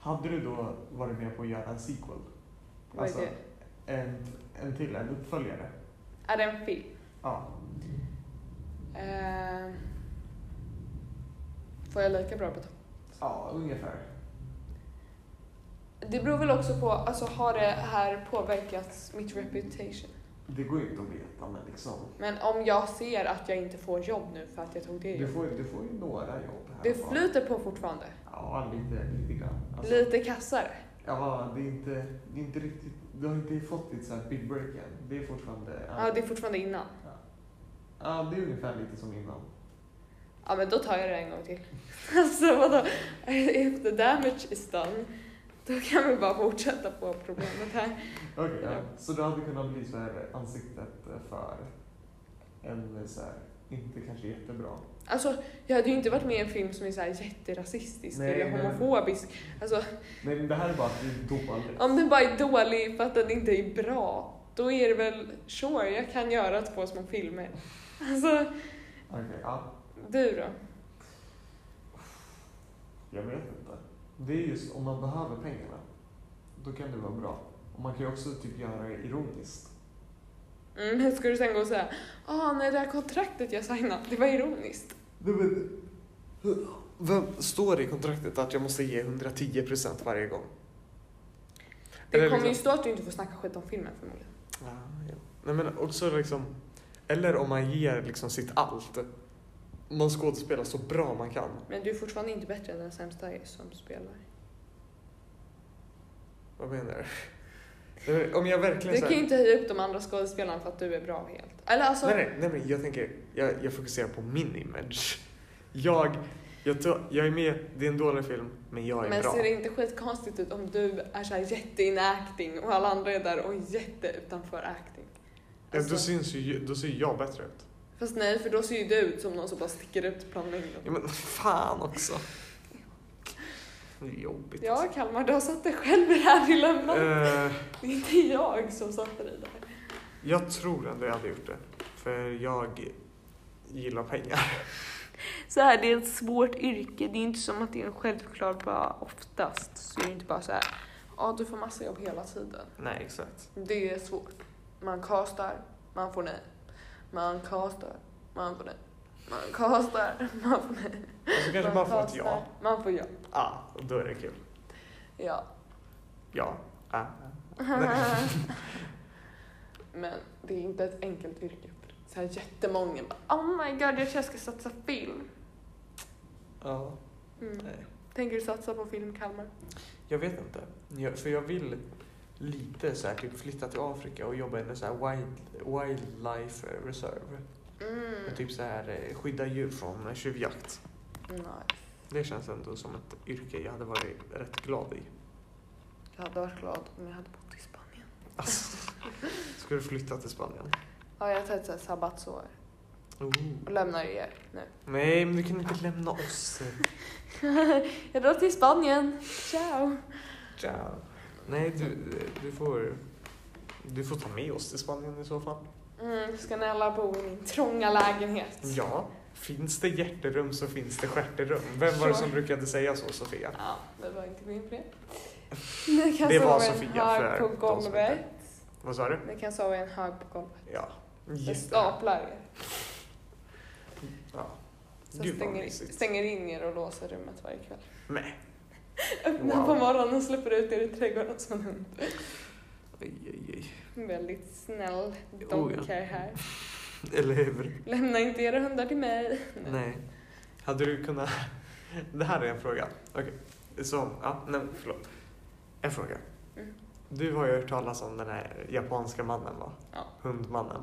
[SPEAKER 2] Hade du då varit med på att göra en sequel?
[SPEAKER 1] Vad
[SPEAKER 2] alltså-
[SPEAKER 1] är det?
[SPEAKER 2] En, en till, en uppföljare?
[SPEAKER 1] Är det en film?
[SPEAKER 2] Ja.
[SPEAKER 1] Eh, får jag lika bra betalt?
[SPEAKER 2] Ja, ungefär.
[SPEAKER 1] Det beror väl också på, alltså har det här påverkat mitt reputation?
[SPEAKER 2] Det går ju inte att veta, men liksom.
[SPEAKER 1] Men om jag ser att jag inte får jobb nu för att jag tog det
[SPEAKER 2] Du
[SPEAKER 1] jobbet.
[SPEAKER 2] får, du får ju några jobb här
[SPEAKER 1] Det
[SPEAKER 2] och var.
[SPEAKER 1] flyter på fortfarande.
[SPEAKER 2] Ja, lite, lite grann. Alltså,
[SPEAKER 1] Lite kassare.
[SPEAKER 2] Ja, det är inte, det är inte riktigt, du har inte fått ditt så här big break än. Det är fortfarande...
[SPEAKER 1] Ja, det är fortfarande innan.
[SPEAKER 2] ja, det är ungefär lite som innan.
[SPEAKER 1] Ja, men då tar jag det en gång till. Alltså vadå? If the damage is done, då kan vi bara fortsätta på problemet här.
[SPEAKER 2] Okej, ja.
[SPEAKER 1] Ja.
[SPEAKER 2] Så du hade kunnat bli så här ansiktet för en så här, inte kanske jättebra.
[SPEAKER 1] Alltså, jag hade ju inte varit med i en film som är så här jätterasistisk
[SPEAKER 2] Nej,
[SPEAKER 1] eller
[SPEAKER 2] nej.
[SPEAKER 1] homofobisk. Alltså,
[SPEAKER 2] Nej, men det här är bara att du är dålig.
[SPEAKER 1] om den bara är dålig för att den inte är bra, då är det väl sure, jag kan göra två små filmer. Alltså,
[SPEAKER 2] Okej, ja.
[SPEAKER 1] du då?
[SPEAKER 2] Jag vet inte. Det är just om man behöver pengarna, då kan det vara bra. Och man kan ju också typ göra det ironiskt.
[SPEAKER 1] Mm, ska du sen gå och säga, ah nej det här kontraktet jag signat, det var ironiskt.
[SPEAKER 2] Nej, men, vem står det i kontraktet att jag måste ge 110 procent varje gång?
[SPEAKER 1] Det
[SPEAKER 2] Eller
[SPEAKER 1] kommer ju
[SPEAKER 2] liksom-
[SPEAKER 1] stå att du inte får snacka skit om filmen förmodligen.
[SPEAKER 2] Ja, ja. Nej, men också liksom, eller om man ger liksom sitt allt. Man skådespelar så bra man kan.
[SPEAKER 1] Men du är fortfarande inte bättre än den sämsta som spelar.
[SPEAKER 2] Vad menar du? Nej, men Om jag verkligen
[SPEAKER 1] Du
[SPEAKER 2] så
[SPEAKER 1] kan ju
[SPEAKER 2] här,
[SPEAKER 1] inte höja upp de andra skådespelarna för att du är bra helt. Eller alltså,
[SPEAKER 2] nej, nej, nej, men jag tänker, jag, jag fokuserar på min image. Jag, jag, tar- jag är med, det är en dålig film, men jag är
[SPEAKER 1] men
[SPEAKER 2] bra.
[SPEAKER 1] ser det inte skitkonstigt ut om du är så här jätte in acting och alla andra är där och jätte utanför acting?
[SPEAKER 2] Ja,
[SPEAKER 1] Alltså,
[SPEAKER 2] Då syns ju, då ser jag bättre ut.
[SPEAKER 1] Fast nej, för då ser ju du ut som någon som bara sticker ut bland mängden.
[SPEAKER 2] Ja, men fan också. Det är jobbigt. alltså.
[SPEAKER 1] Ja, Kalmar, du har satt dig själv i det här dilemmat.
[SPEAKER 2] Eh,
[SPEAKER 1] Det är inte jag som satte dig där.
[SPEAKER 2] jag tror ändå jag hade gjort det. För jag gillar pengar.
[SPEAKER 3] Så här, det är ett svårt yrke. Det är inte som att det är en självklar bara oftast.
[SPEAKER 1] Så är det inte bara så här. Ja, du får massa jobb hela tiden.
[SPEAKER 2] Nej, exakt.
[SPEAKER 1] Det är svårt. Man kastar, man får nej. Man kastar, man får nej. Man kastar, man får nej.
[SPEAKER 2] Och så kanske man får ett ja.
[SPEAKER 1] kastar, Man får ja.
[SPEAKER 2] Ja, och då är det kul.
[SPEAKER 1] Ja.
[SPEAKER 2] Ja. Ah. Nej.
[SPEAKER 1] Men det är inte ett enkelt yrke. Så här jättemånga bara, oh my god, jag tror jag ska satsa film.
[SPEAKER 2] Ja.
[SPEAKER 1] Mm.
[SPEAKER 2] Nej.
[SPEAKER 1] Tänker du satsa på film, Kalmar?
[SPEAKER 2] Jag vet inte. Jag, för jag vill lite så här, typ flytta till Afrika och jobba i en så här wild, wildlife reserve.
[SPEAKER 1] Mm.
[SPEAKER 2] Och typ så här eh, skydda djur från tjuvjakt.
[SPEAKER 1] Nice.
[SPEAKER 2] Det känns ändå som ett yrke jag hade varit rätt glad i.
[SPEAKER 1] Jag hade varit glad om jag hade bott i Spanien.
[SPEAKER 2] Alltså, ska du flytta till Spanien?
[SPEAKER 1] Ja, jag tar ett så här sabbatsår
[SPEAKER 2] Oh.
[SPEAKER 1] och lämnar er nu.
[SPEAKER 2] Nej, men du kan inte lämna oss.
[SPEAKER 1] jag drar till Spanien. Ciao!
[SPEAKER 2] Ciao. Nej, du, du, får, du får ta med oss till Spanien i så fall.
[SPEAKER 1] Mm, ska ni alla bo i min trånga lägenhet?
[SPEAKER 2] Ja, finns det hjärterum så finns det stjärterum. Vem var det som brukade säga så, Sofia?
[SPEAKER 1] Ja, det var inte min problem. Ni kan
[SPEAKER 2] Det
[SPEAKER 1] sova
[SPEAKER 2] var
[SPEAKER 1] i en
[SPEAKER 2] Sofia
[SPEAKER 1] hög
[SPEAKER 2] för
[SPEAKER 1] på
[SPEAKER 2] de som
[SPEAKER 1] golvet.
[SPEAKER 2] inte... Vad sa du?
[SPEAKER 1] Ni kan sova i en hög på golvet.
[SPEAKER 2] Ja.
[SPEAKER 1] Jag
[SPEAKER 2] jätte-
[SPEAKER 1] staplar er.
[SPEAKER 2] Ja.
[SPEAKER 1] Så
[SPEAKER 2] Gud vad
[SPEAKER 1] stänger,
[SPEAKER 2] mysigt.
[SPEAKER 1] stänger in er och låser rummet varje kväll.
[SPEAKER 2] Nej.
[SPEAKER 1] Öppnar
[SPEAKER 2] Wow.
[SPEAKER 1] på morgonen och släpper ut er i trädgården som en hund.
[SPEAKER 2] Oj, oj, oj.
[SPEAKER 1] Väldigt snäll
[SPEAKER 2] Oh, ja.
[SPEAKER 1] don't care här.
[SPEAKER 2] Eller hur?
[SPEAKER 1] Lämna inte era hundar till mig.
[SPEAKER 2] Nej. Hade du kunnat... Det här är en fråga. Okej. Som... Ja, nej, förlåt. En fråga.
[SPEAKER 1] Mm.
[SPEAKER 2] Du har ju hört talas om den här japanska mannen, va?
[SPEAKER 1] Ja.
[SPEAKER 2] Hundmannen.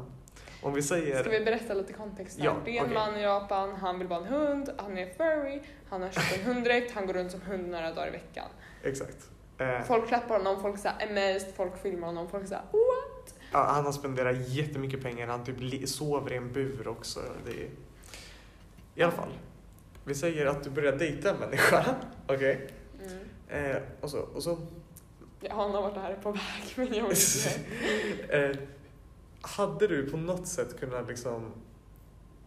[SPEAKER 2] Om vi säger...
[SPEAKER 1] Ska vi berätta lite kontext? här?
[SPEAKER 2] Ja,
[SPEAKER 1] det är en
[SPEAKER 2] okej.
[SPEAKER 1] man i Japan, han vill vara en hund, han är furry, han har köpt en hunddräkt, han går runt som hund några dagar i veckan.
[SPEAKER 2] Exakt. Eh,
[SPEAKER 1] Folk klappar honom, folk säger amazed, folk filmar honom, folk säger what?
[SPEAKER 2] ja, han har spenderat jättemycket pengar. Han typ li- sover i en bur också. Det är... I alla fall. Vi säger att du börjar dejta en människa. Okej.
[SPEAKER 1] Mm.
[SPEAKER 2] Eh, och så... Och så
[SPEAKER 1] Jag anar vart det här är på väg men jag vet inte.
[SPEAKER 2] eh, hade du på något sätt kunnat liksom...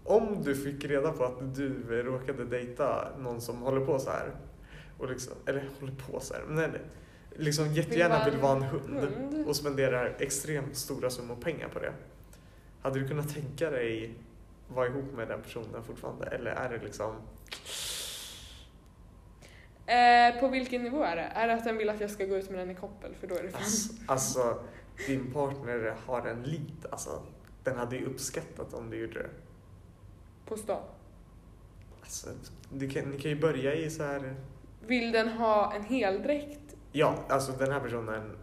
[SPEAKER 2] Om du fick reda på att du råkade dejta någon som håller på så här. Och liksom, eller håller på så här. Men nej, nej. liksom jättegärna vill vara en hund.
[SPEAKER 1] hund.
[SPEAKER 2] och spenderar extremt stora summor pengar på det. Hade du kunnat tänka dig vara ihop med den personen fortfarande? Eller är det liksom...
[SPEAKER 1] Eh, på vilken nivå är det? Är det att den vill att jag ska gå ut med den i koppel? För då är det fan.
[SPEAKER 2] Alltså, alltså din partner har en lit. Alltså, den hade ju uppskattat om du gjorde det.
[SPEAKER 1] På stan.
[SPEAKER 2] Alltså, du kan, ni kan ju börja i så här...
[SPEAKER 1] Vill den ha en heldräkt?
[SPEAKER 2] Ja, alltså den här personen.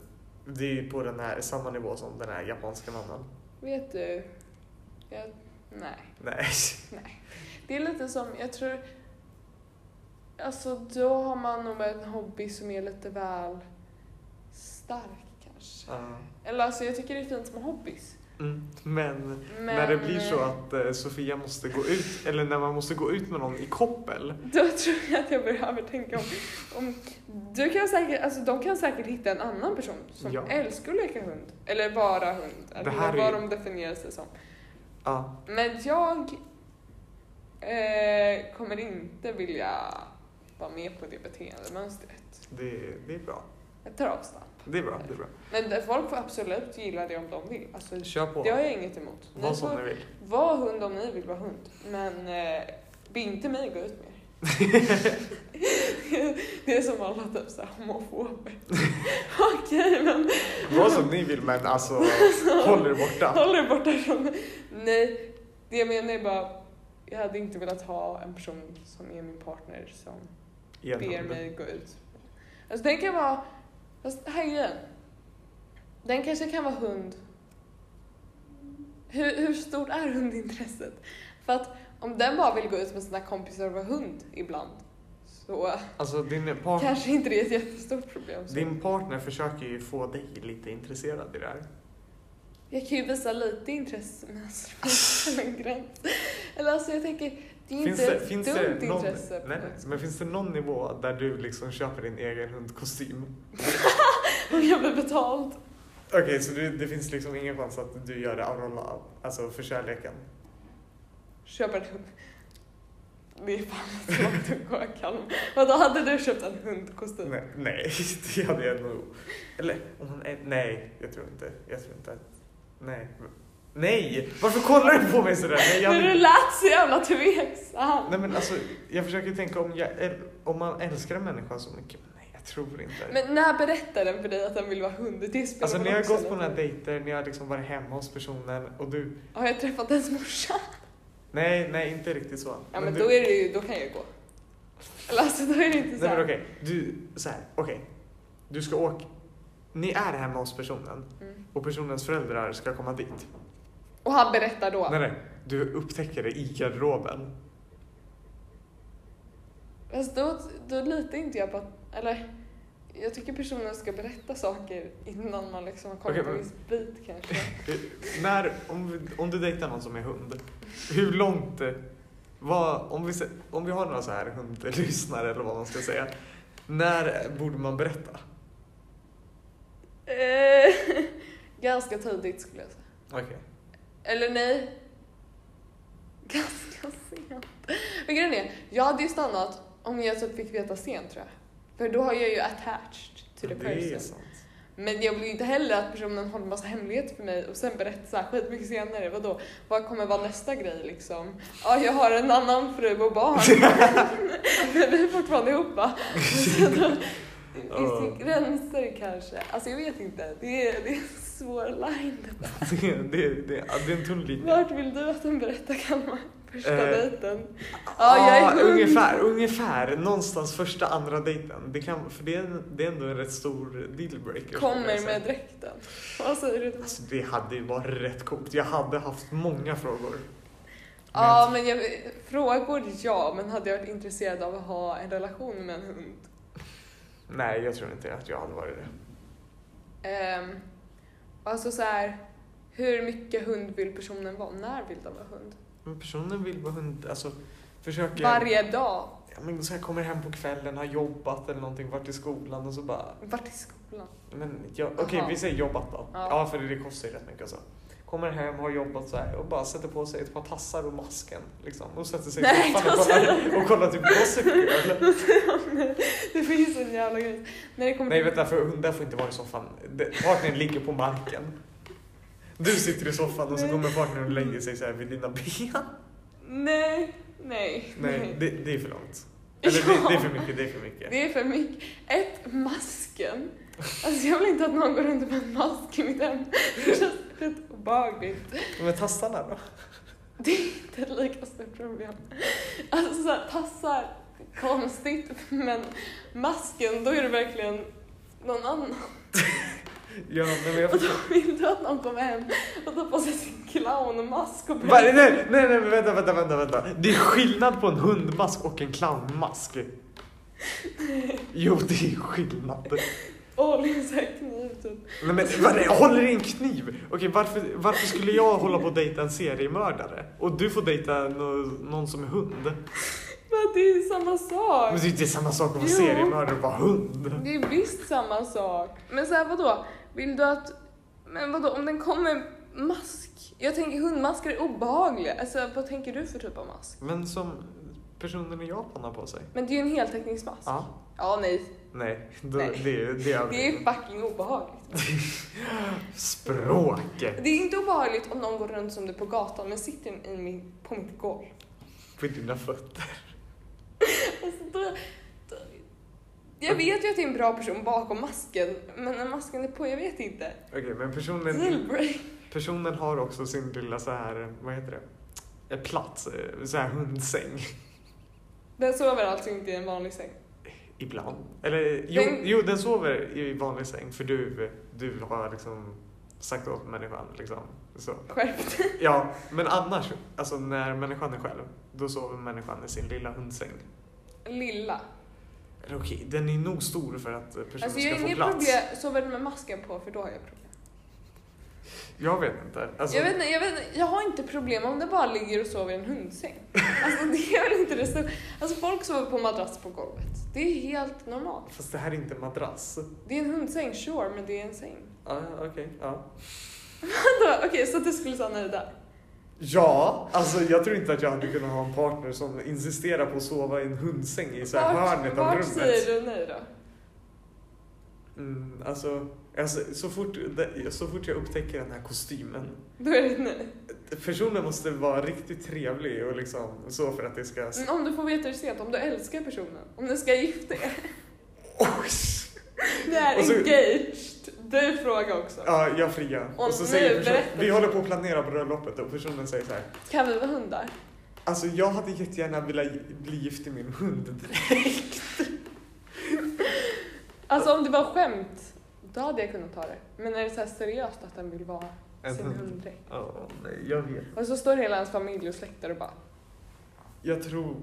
[SPEAKER 2] Det är ju på den här, samma nivå som den här japanska mannen.
[SPEAKER 1] Vet du? Jag... Nej.
[SPEAKER 2] Nej.
[SPEAKER 1] Det är lite som, jag tror... Alltså då har man nog en hobby som är lite väl stark kanske.
[SPEAKER 2] Ja.
[SPEAKER 1] Eller alltså jag tycker det är fint med hobbys.
[SPEAKER 2] Mm. Men
[SPEAKER 1] Men
[SPEAKER 2] när det blir så att eh, Sofia måste gå ut, eller när man måste gå ut med någon i koppel.
[SPEAKER 1] Då tror jag att jag börjar övertänka om... om du kan säkert, alltså de kan säkert hitta en annan person som
[SPEAKER 2] Ja.
[SPEAKER 1] älskar att leka hund. Eller vara hund. Eller
[SPEAKER 2] här är
[SPEAKER 1] vad de
[SPEAKER 2] ju-
[SPEAKER 1] definierar sig som.
[SPEAKER 2] Ja.
[SPEAKER 1] Men jag eh, kommer inte vilja vara med på det beteendemönstret.
[SPEAKER 2] Det, det är bra.
[SPEAKER 1] Jag tar avstånd.
[SPEAKER 2] Det är bra, det är bra.
[SPEAKER 1] Men det- folk får absolut gilla det om de vill. Alltså,
[SPEAKER 2] Kör på.
[SPEAKER 1] det har jag inget emot. Ni
[SPEAKER 2] Vad som
[SPEAKER 1] får
[SPEAKER 2] ni vill.
[SPEAKER 1] vara hund om ni vill vara hund. Men eh, be inte mig gå ut med er. Det är som alla typ såhär homofober. Okej men
[SPEAKER 2] Vad som ni vill men alltså, håll er borta.
[SPEAKER 1] håll er borta från Nej, det jag menar är bara jag hade inte velat ha en person som är min partner som ber
[SPEAKER 2] Genom.
[SPEAKER 1] mig gå ut. Alltså den kan vara, fast här är grejen. Den kanske kan vara hund. Hur, hur stort är hundintresset? För att om den bara vill gå ut med sina kompisar och vara hund ibland så
[SPEAKER 2] Alltså din, par-
[SPEAKER 1] kanske inte det är ett jättestort problem. Så.
[SPEAKER 2] din partner försöker ju få dig lite intresserad i det här.
[SPEAKER 1] Jag kan ju visa lite intresse men alltså det finns väl en gräns. Eller alltså jag tänker, det är ju
[SPEAKER 2] Finns
[SPEAKER 1] inte
[SPEAKER 2] det,
[SPEAKER 1] ett
[SPEAKER 2] finns
[SPEAKER 1] dumt
[SPEAKER 2] det någon,
[SPEAKER 1] intresse. på
[SPEAKER 2] nej,
[SPEAKER 1] något
[SPEAKER 2] nej,
[SPEAKER 1] sätt.
[SPEAKER 2] men finns det någon nivå där du liksom köper din egen hundkostym?
[SPEAKER 1] Om jag blir betald.
[SPEAKER 2] Okej, så det, det finns liksom ingen chans att du gör det av någon love, alltså för kärleken?
[SPEAKER 1] Köpa en hund. Det är fan så långt att gå Kalm. Vadå, hade du köpt en hundkostym?
[SPEAKER 2] Nej, nej, det hade jag nog. Eller om hon är, nej, jag tror inte. Jag tror inte att, nej. Nej! Varför kollar du på mig sådär? Nej, jag
[SPEAKER 1] Men du lät så jävla tveksam.
[SPEAKER 2] nej men alltså, jag försöker tänka om, jag, äl- om man älskar en människa så mycket. Men nej, jag tror inte.
[SPEAKER 1] Men när berättar den för dig att den vill vara hund? Det spelar
[SPEAKER 2] alltså
[SPEAKER 1] väl
[SPEAKER 2] när jag har
[SPEAKER 1] också
[SPEAKER 2] gått på
[SPEAKER 1] någon
[SPEAKER 2] några
[SPEAKER 1] roll.
[SPEAKER 2] dejter, när jag har liksom varit hemma hos personen och du,
[SPEAKER 1] Har jag träffat ens morsa?
[SPEAKER 2] nej, nej, inte riktigt så.
[SPEAKER 1] Ja men
[SPEAKER 2] du,
[SPEAKER 1] då är det ju, då kan jag ju gå. Eller alltså då är det inte så
[SPEAKER 2] Nej
[SPEAKER 1] här.
[SPEAKER 2] men okej, du, såhär, okej. Du ska åka, ni är hemma hos personen
[SPEAKER 1] Mm.
[SPEAKER 2] och personens föräldrar ska komma dit.
[SPEAKER 1] Och han berättar då.
[SPEAKER 2] Nej, nej. Du upptäcker det i garderoben.
[SPEAKER 1] Alltså då, då litar inte jag på att, eller jag tycker personen ska berätta saker innan man liksom har kommit
[SPEAKER 2] Okej,
[SPEAKER 1] en
[SPEAKER 2] men-
[SPEAKER 1] viss bit kanske.
[SPEAKER 2] Eh, När, om, om du dejtar någon som är hund, hur långt... eh, Vad, om, vi, se- om vi har några så här hundlyssnare eller vad man ska säga. När borde man berätta?
[SPEAKER 1] Eh, Ganska tidigt skulle jag säga.
[SPEAKER 2] Okej.
[SPEAKER 1] Eller nej. Ganska sent. Men grejen är, jag hade ju stannat om jag typ fick veta sent tror jag. För då har jag ju attached to the
[SPEAKER 2] det är
[SPEAKER 1] person.
[SPEAKER 2] sant.
[SPEAKER 1] Men jag vill ju inte heller att personen håller massa hemligheter för mig och sen berättar så här skitmycket senare. Vadå? Vad kommer vara nästa grej liksom? Ja, jag har en annan fru och barn. Men vi är fortfarande ihop va? Så då Finns
[SPEAKER 2] Ja.
[SPEAKER 1] det gränser kanske? Alltså jag vet inte. Det är, det är en svår line det där.
[SPEAKER 2] Det, är- det, är- det, är- ja, det är en tunn linje.
[SPEAKER 1] Vart vill du att den berättar Kalmar? Första
[SPEAKER 2] Eh,
[SPEAKER 1] dejten? Ja, jag är hund.
[SPEAKER 2] ungefär, ungefär. Någonstans första, andra dejten. Det kan, för det är, en- det är ändå en rätt stor dealbreaker. skulle jag
[SPEAKER 1] Kommer
[SPEAKER 2] säga.
[SPEAKER 1] med dräkten. Vad säger du? då?
[SPEAKER 2] Alltså det hade ju varit rätt coolt. Jag hade haft många frågor.
[SPEAKER 1] Ja, men jag, frågor ja, men hade jag varit intresserad av att ha en relation med en hund?
[SPEAKER 2] Nej, jag tror inte att jag hade varit det.
[SPEAKER 1] Ehm, alltså så här, hur mycket hund vill personen vara? När vill de vara hund?
[SPEAKER 2] Men personen vill vara hund, alltså försöker...
[SPEAKER 1] Varje dag?
[SPEAKER 2] Ja, men så här kommer hem på kvällen, har jobbat eller någonting, varit i skolan och så bara...
[SPEAKER 1] Vart i skolan?
[SPEAKER 2] Men jag, okej,
[SPEAKER 1] Jaha.
[SPEAKER 2] vi säger jobbat då.
[SPEAKER 1] Ja.
[SPEAKER 2] Ja. för det kostar ju rätt mycket alltså. Kommer hem, har jobbat så här och bara sätter på sig ett par tassar och masken liksom. Och sätter sig
[SPEAKER 1] Nej,
[SPEAKER 2] i soffan och
[SPEAKER 1] då säger
[SPEAKER 2] kollar, och kollar typ Gossip Girl.
[SPEAKER 1] det finns en jävla grej. När det kommer
[SPEAKER 2] Nej
[SPEAKER 1] till-
[SPEAKER 2] vänta, för hundar får inte vara i soffan. Det- Partnern ligger på marken. Du sitter i soffan och så kommer partnern och lägger sig så här vid dina ben.
[SPEAKER 1] Nej, nej,
[SPEAKER 2] Nej, det, det är för långt. Eller det, det är för mycket, det är för mycket.
[SPEAKER 1] Det är för mycket. Ett, masken. Alltså jag vill inte att någon går runt med en mask i mitt hem. Det känns rätt obehagligt.
[SPEAKER 2] Men tassarna då?
[SPEAKER 1] Det är inte ett lika stort problem. Alltså så här, tassar, konstigt, men masken, då är det verkligen någon annan.
[SPEAKER 2] Ja, nej, men jag
[SPEAKER 1] Och
[SPEAKER 2] förstår.
[SPEAKER 1] då vill du att någon kommer hem och tar på sig sin clownmask och
[SPEAKER 2] Va, nej, nej, nej, men vänta, vänta, vänta, vänta. Det är skillnad på en hundmask och en clownmask. Jo, det är skillnad.
[SPEAKER 1] håller i en sån här kniv typ.
[SPEAKER 2] Nej, men vad det, håller i en kniv? Okej, varför, varför skulle jag hålla på och dejta en seriemördare? Och du får dejta no, någon som är hund?
[SPEAKER 1] Men det är ju samma sak.
[SPEAKER 2] Men det är inte samma sak att vara
[SPEAKER 1] Jo.
[SPEAKER 2] seriemördare och vara hund.
[SPEAKER 1] Det är visst samma sak. Men så här, vadå? Vill du att... Men vadå, om den kommer mask? Jag tänker hundmasker är obehagliga. Alltså vad tänker du för typ av mask?
[SPEAKER 2] Men som personen i Japan har på sig.
[SPEAKER 1] Men det är ju en heltäckningsmask.
[SPEAKER 2] Ja,
[SPEAKER 1] Ja, nej.
[SPEAKER 2] nej, då,
[SPEAKER 1] Nej.
[SPEAKER 2] det är det är
[SPEAKER 1] Det är fucking obehagligt.
[SPEAKER 2] Språket.
[SPEAKER 1] Det är inte obehagligt om någon går runt som du på gatan men sitter i min, på mitt golv.
[SPEAKER 2] På dina fötter.
[SPEAKER 1] Alltså, då, då, jag vet ju att det är en bra person bakom masken men när masken är på, jag vet inte.
[SPEAKER 2] Okej, men personen,
[SPEAKER 1] Dealbreak.
[SPEAKER 2] personen har också sin lilla så här, vad heter det? Eh, Plats, eh, så här hundsäng.
[SPEAKER 1] Den sover alltså inte i en vanlig säng.
[SPEAKER 2] Ibland. Eller jo,
[SPEAKER 1] Den-
[SPEAKER 2] jo, den sover i vanlig säng för du, du har liksom sagt åt människan liksom. Så.
[SPEAKER 1] Skärp
[SPEAKER 2] Ja, men annars, alltså när människan är själv, då sover människan i sin lilla hundsäng.
[SPEAKER 1] dig. Lilla.
[SPEAKER 2] Eller Okej, den är nog stor för att personen
[SPEAKER 1] Alltså jag har
[SPEAKER 2] ska få
[SPEAKER 1] inget
[SPEAKER 2] plats.
[SPEAKER 1] problem, sover du med masken på för då har jag problem.
[SPEAKER 2] Jag vet inte. Alltså,
[SPEAKER 1] Jag, vet inte, jag, vet inte, jag har inte problem om det bara ligger och sover i en hundsäng. Alltså det är väl inte det stora. Alltså folk sover på madrass på golvet. Det är helt normalt.
[SPEAKER 2] Fast det här är inte en madrass.
[SPEAKER 1] Det är en hundsäng, sure, men det är en säng.
[SPEAKER 2] Ja, okej. ja.
[SPEAKER 1] Vadå? Okej, så du skulle stanna det där?
[SPEAKER 2] Ja, alltså jag tror inte att jag hade kunnat ha en partner som insisterar på att sova i en hundsäng i så här hörnet av
[SPEAKER 1] vart
[SPEAKER 2] rummet.
[SPEAKER 1] säger du nej då?
[SPEAKER 2] Mm, alltså, alltså så, fort, det- så fort jag upptäcker den här kostymen.
[SPEAKER 1] Då är det ett nej.
[SPEAKER 2] Personen måste vara riktigt trevlig och liksom så för att det ska...
[SPEAKER 1] Men om du får veta det sent, om du älskar personen, om ni ska gifta er.
[SPEAKER 2] Oj!
[SPEAKER 1] Det är
[SPEAKER 2] Och så-
[SPEAKER 1] engaged. Du frågar också.
[SPEAKER 2] Ja, jag friar.
[SPEAKER 1] Och
[SPEAKER 2] Och så
[SPEAKER 1] nu,
[SPEAKER 2] säger personen,
[SPEAKER 1] berätta.
[SPEAKER 2] vi håller på att planera bröllopet och personen säger så här.
[SPEAKER 1] Kan vi vara hundar?
[SPEAKER 2] Alltså jag hade jättegärna velat bli gift i min hund.
[SPEAKER 1] Alltså om det var skämt, då hade jag kunnat ta det. Men är det så här seriöst att den vill vara
[SPEAKER 2] En
[SPEAKER 1] sin
[SPEAKER 2] hund.
[SPEAKER 1] hunddräkt?
[SPEAKER 2] Ja, nej, jag vet.
[SPEAKER 1] Och så står hela hans familj och släkter och bara
[SPEAKER 2] Jag tror...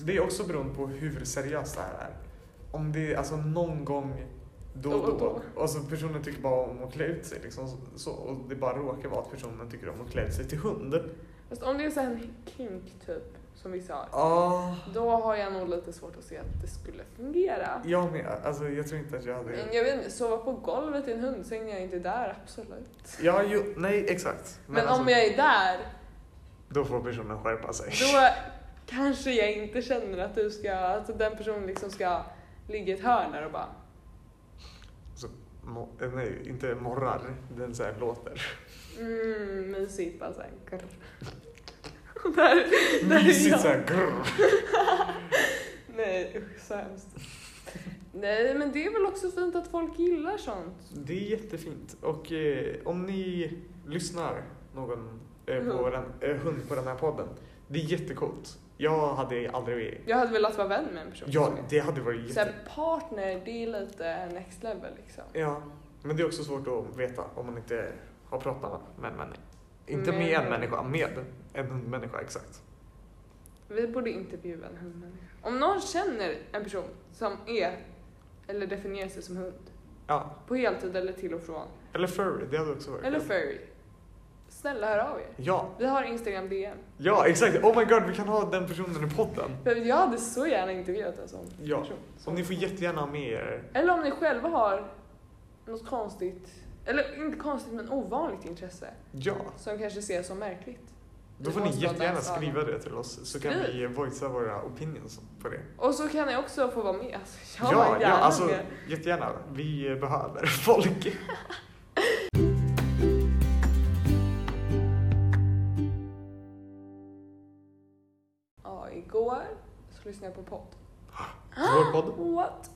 [SPEAKER 2] Det är också beroende på hur seriöst det här är. Om det är alltså någon gång då
[SPEAKER 1] Då
[SPEAKER 2] och
[SPEAKER 1] och
[SPEAKER 2] då. Alltså personen tycker bara om att klä ut sig liksom så. Och det bara råkar vara att personen tycker om att klä ut sig till hund.
[SPEAKER 1] Fast om det är så här en kink typ, som vissa har,
[SPEAKER 2] Ja,
[SPEAKER 1] då har jag nog lite svårt att se att det skulle fungera.
[SPEAKER 2] jag med. Alltså jag tror inte att jag
[SPEAKER 1] Men
[SPEAKER 2] hade...
[SPEAKER 1] Mm, jag vet inte, sova på golvet i en hundsäng när jag inte är där, absolut.
[SPEAKER 2] Ja, jo, nej exakt.
[SPEAKER 1] Men,
[SPEAKER 2] alltså,
[SPEAKER 1] om jag är där,
[SPEAKER 2] Då får personen skärpa sig.
[SPEAKER 1] då kanske jag inte känner att du ska, att den personen liksom ska ligga i ett hörn där och bara
[SPEAKER 2] Mo- eh, nej, inte morrar. Den så här låter.
[SPEAKER 1] mm, mysigt bara såhär. Där, där är
[SPEAKER 2] Mysigt
[SPEAKER 1] jag.
[SPEAKER 2] såhär grrr.
[SPEAKER 1] Nej usch så hemskt. Nej men det är väl också fint att folk gillar sånt.
[SPEAKER 2] Det är jättefint. Och eh, om ni lyssnar någon eh, på
[SPEAKER 1] Hund.
[SPEAKER 2] den, eh, hund på den här podden. Det är jättecoolt. Jag hade aldrig...
[SPEAKER 1] Jag hade velat vara vän med en person.
[SPEAKER 2] Ja,
[SPEAKER 1] som är-
[SPEAKER 2] det hade varit
[SPEAKER 1] så
[SPEAKER 2] jätte...
[SPEAKER 1] här, partner det är lite next level liksom.
[SPEAKER 2] Ja, men det är också svårt att veta om man inte har pratat med en människa. Inte
[SPEAKER 1] Med-
[SPEAKER 2] med en människa, med en hundmänniska exakt.
[SPEAKER 1] Vi borde intervjua en hundmänniska. Om någon känner en person som är eller definierar sig som hund
[SPEAKER 2] Ja,
[SPEAKER 1] på heltid eller till och från
[SPEAKER 2] eller furry, det hade också varit
[SPEAKER 1] eller
[SPEAKER 2] kul.
[SPEAKER 1] furry. Snälla hör av er.
[SPEAKER 2] Ja,
[SPEAKER 1] Vi har Instagram DM.
[SPEAKER 2] ja exakt. Oh my god, vi kan ha den personen i podden.
[SPEAKER 1] För Jag hade så gärna intervjuat en sån
[SPEAKER 2] Ja,
[SPEAKER 1] person.
[SPEAKER 2] och ni får jättegärna ha med er
[SPEAKER 1] Eller om ni själva har något konstigt, eller inte konstigt men ovanligt intresse
[SPEAKER 2] Ja,
[SPEAKER 1] som kanske ses som märkligt.
[SPEAKER 2] då
[SPEAKER 1] Det
[SPEAKER 2] får ni
[SPEAKER 1] måste vara
[SPEAKER 2] jättegärna
[SPEAKER 1] läsarna.
[SPEAKER 2] skriva det till oss så kan
[SPEAKER 1] Skriv.
[SPEAKER 2] vi voicea våra opinions på det.
[SPEAKER 1] Och så kan ni också få vara med. Alltså, jag
[SPEAKER 2] ja,
[SPEAKER 1] är
[SPEAKER 2] ja
[SPEAKER 1] gärna
[SPEAKER 2] alltså
[SPEAKER 1] med.
[SPEAKER 2] jättegärna. Vi behöver folk.
[SPEAKER 1] Ja, igår så lyssnade jag på podd.
[SPEAKER 2] Vår podd.
[SPEAKER 1] What?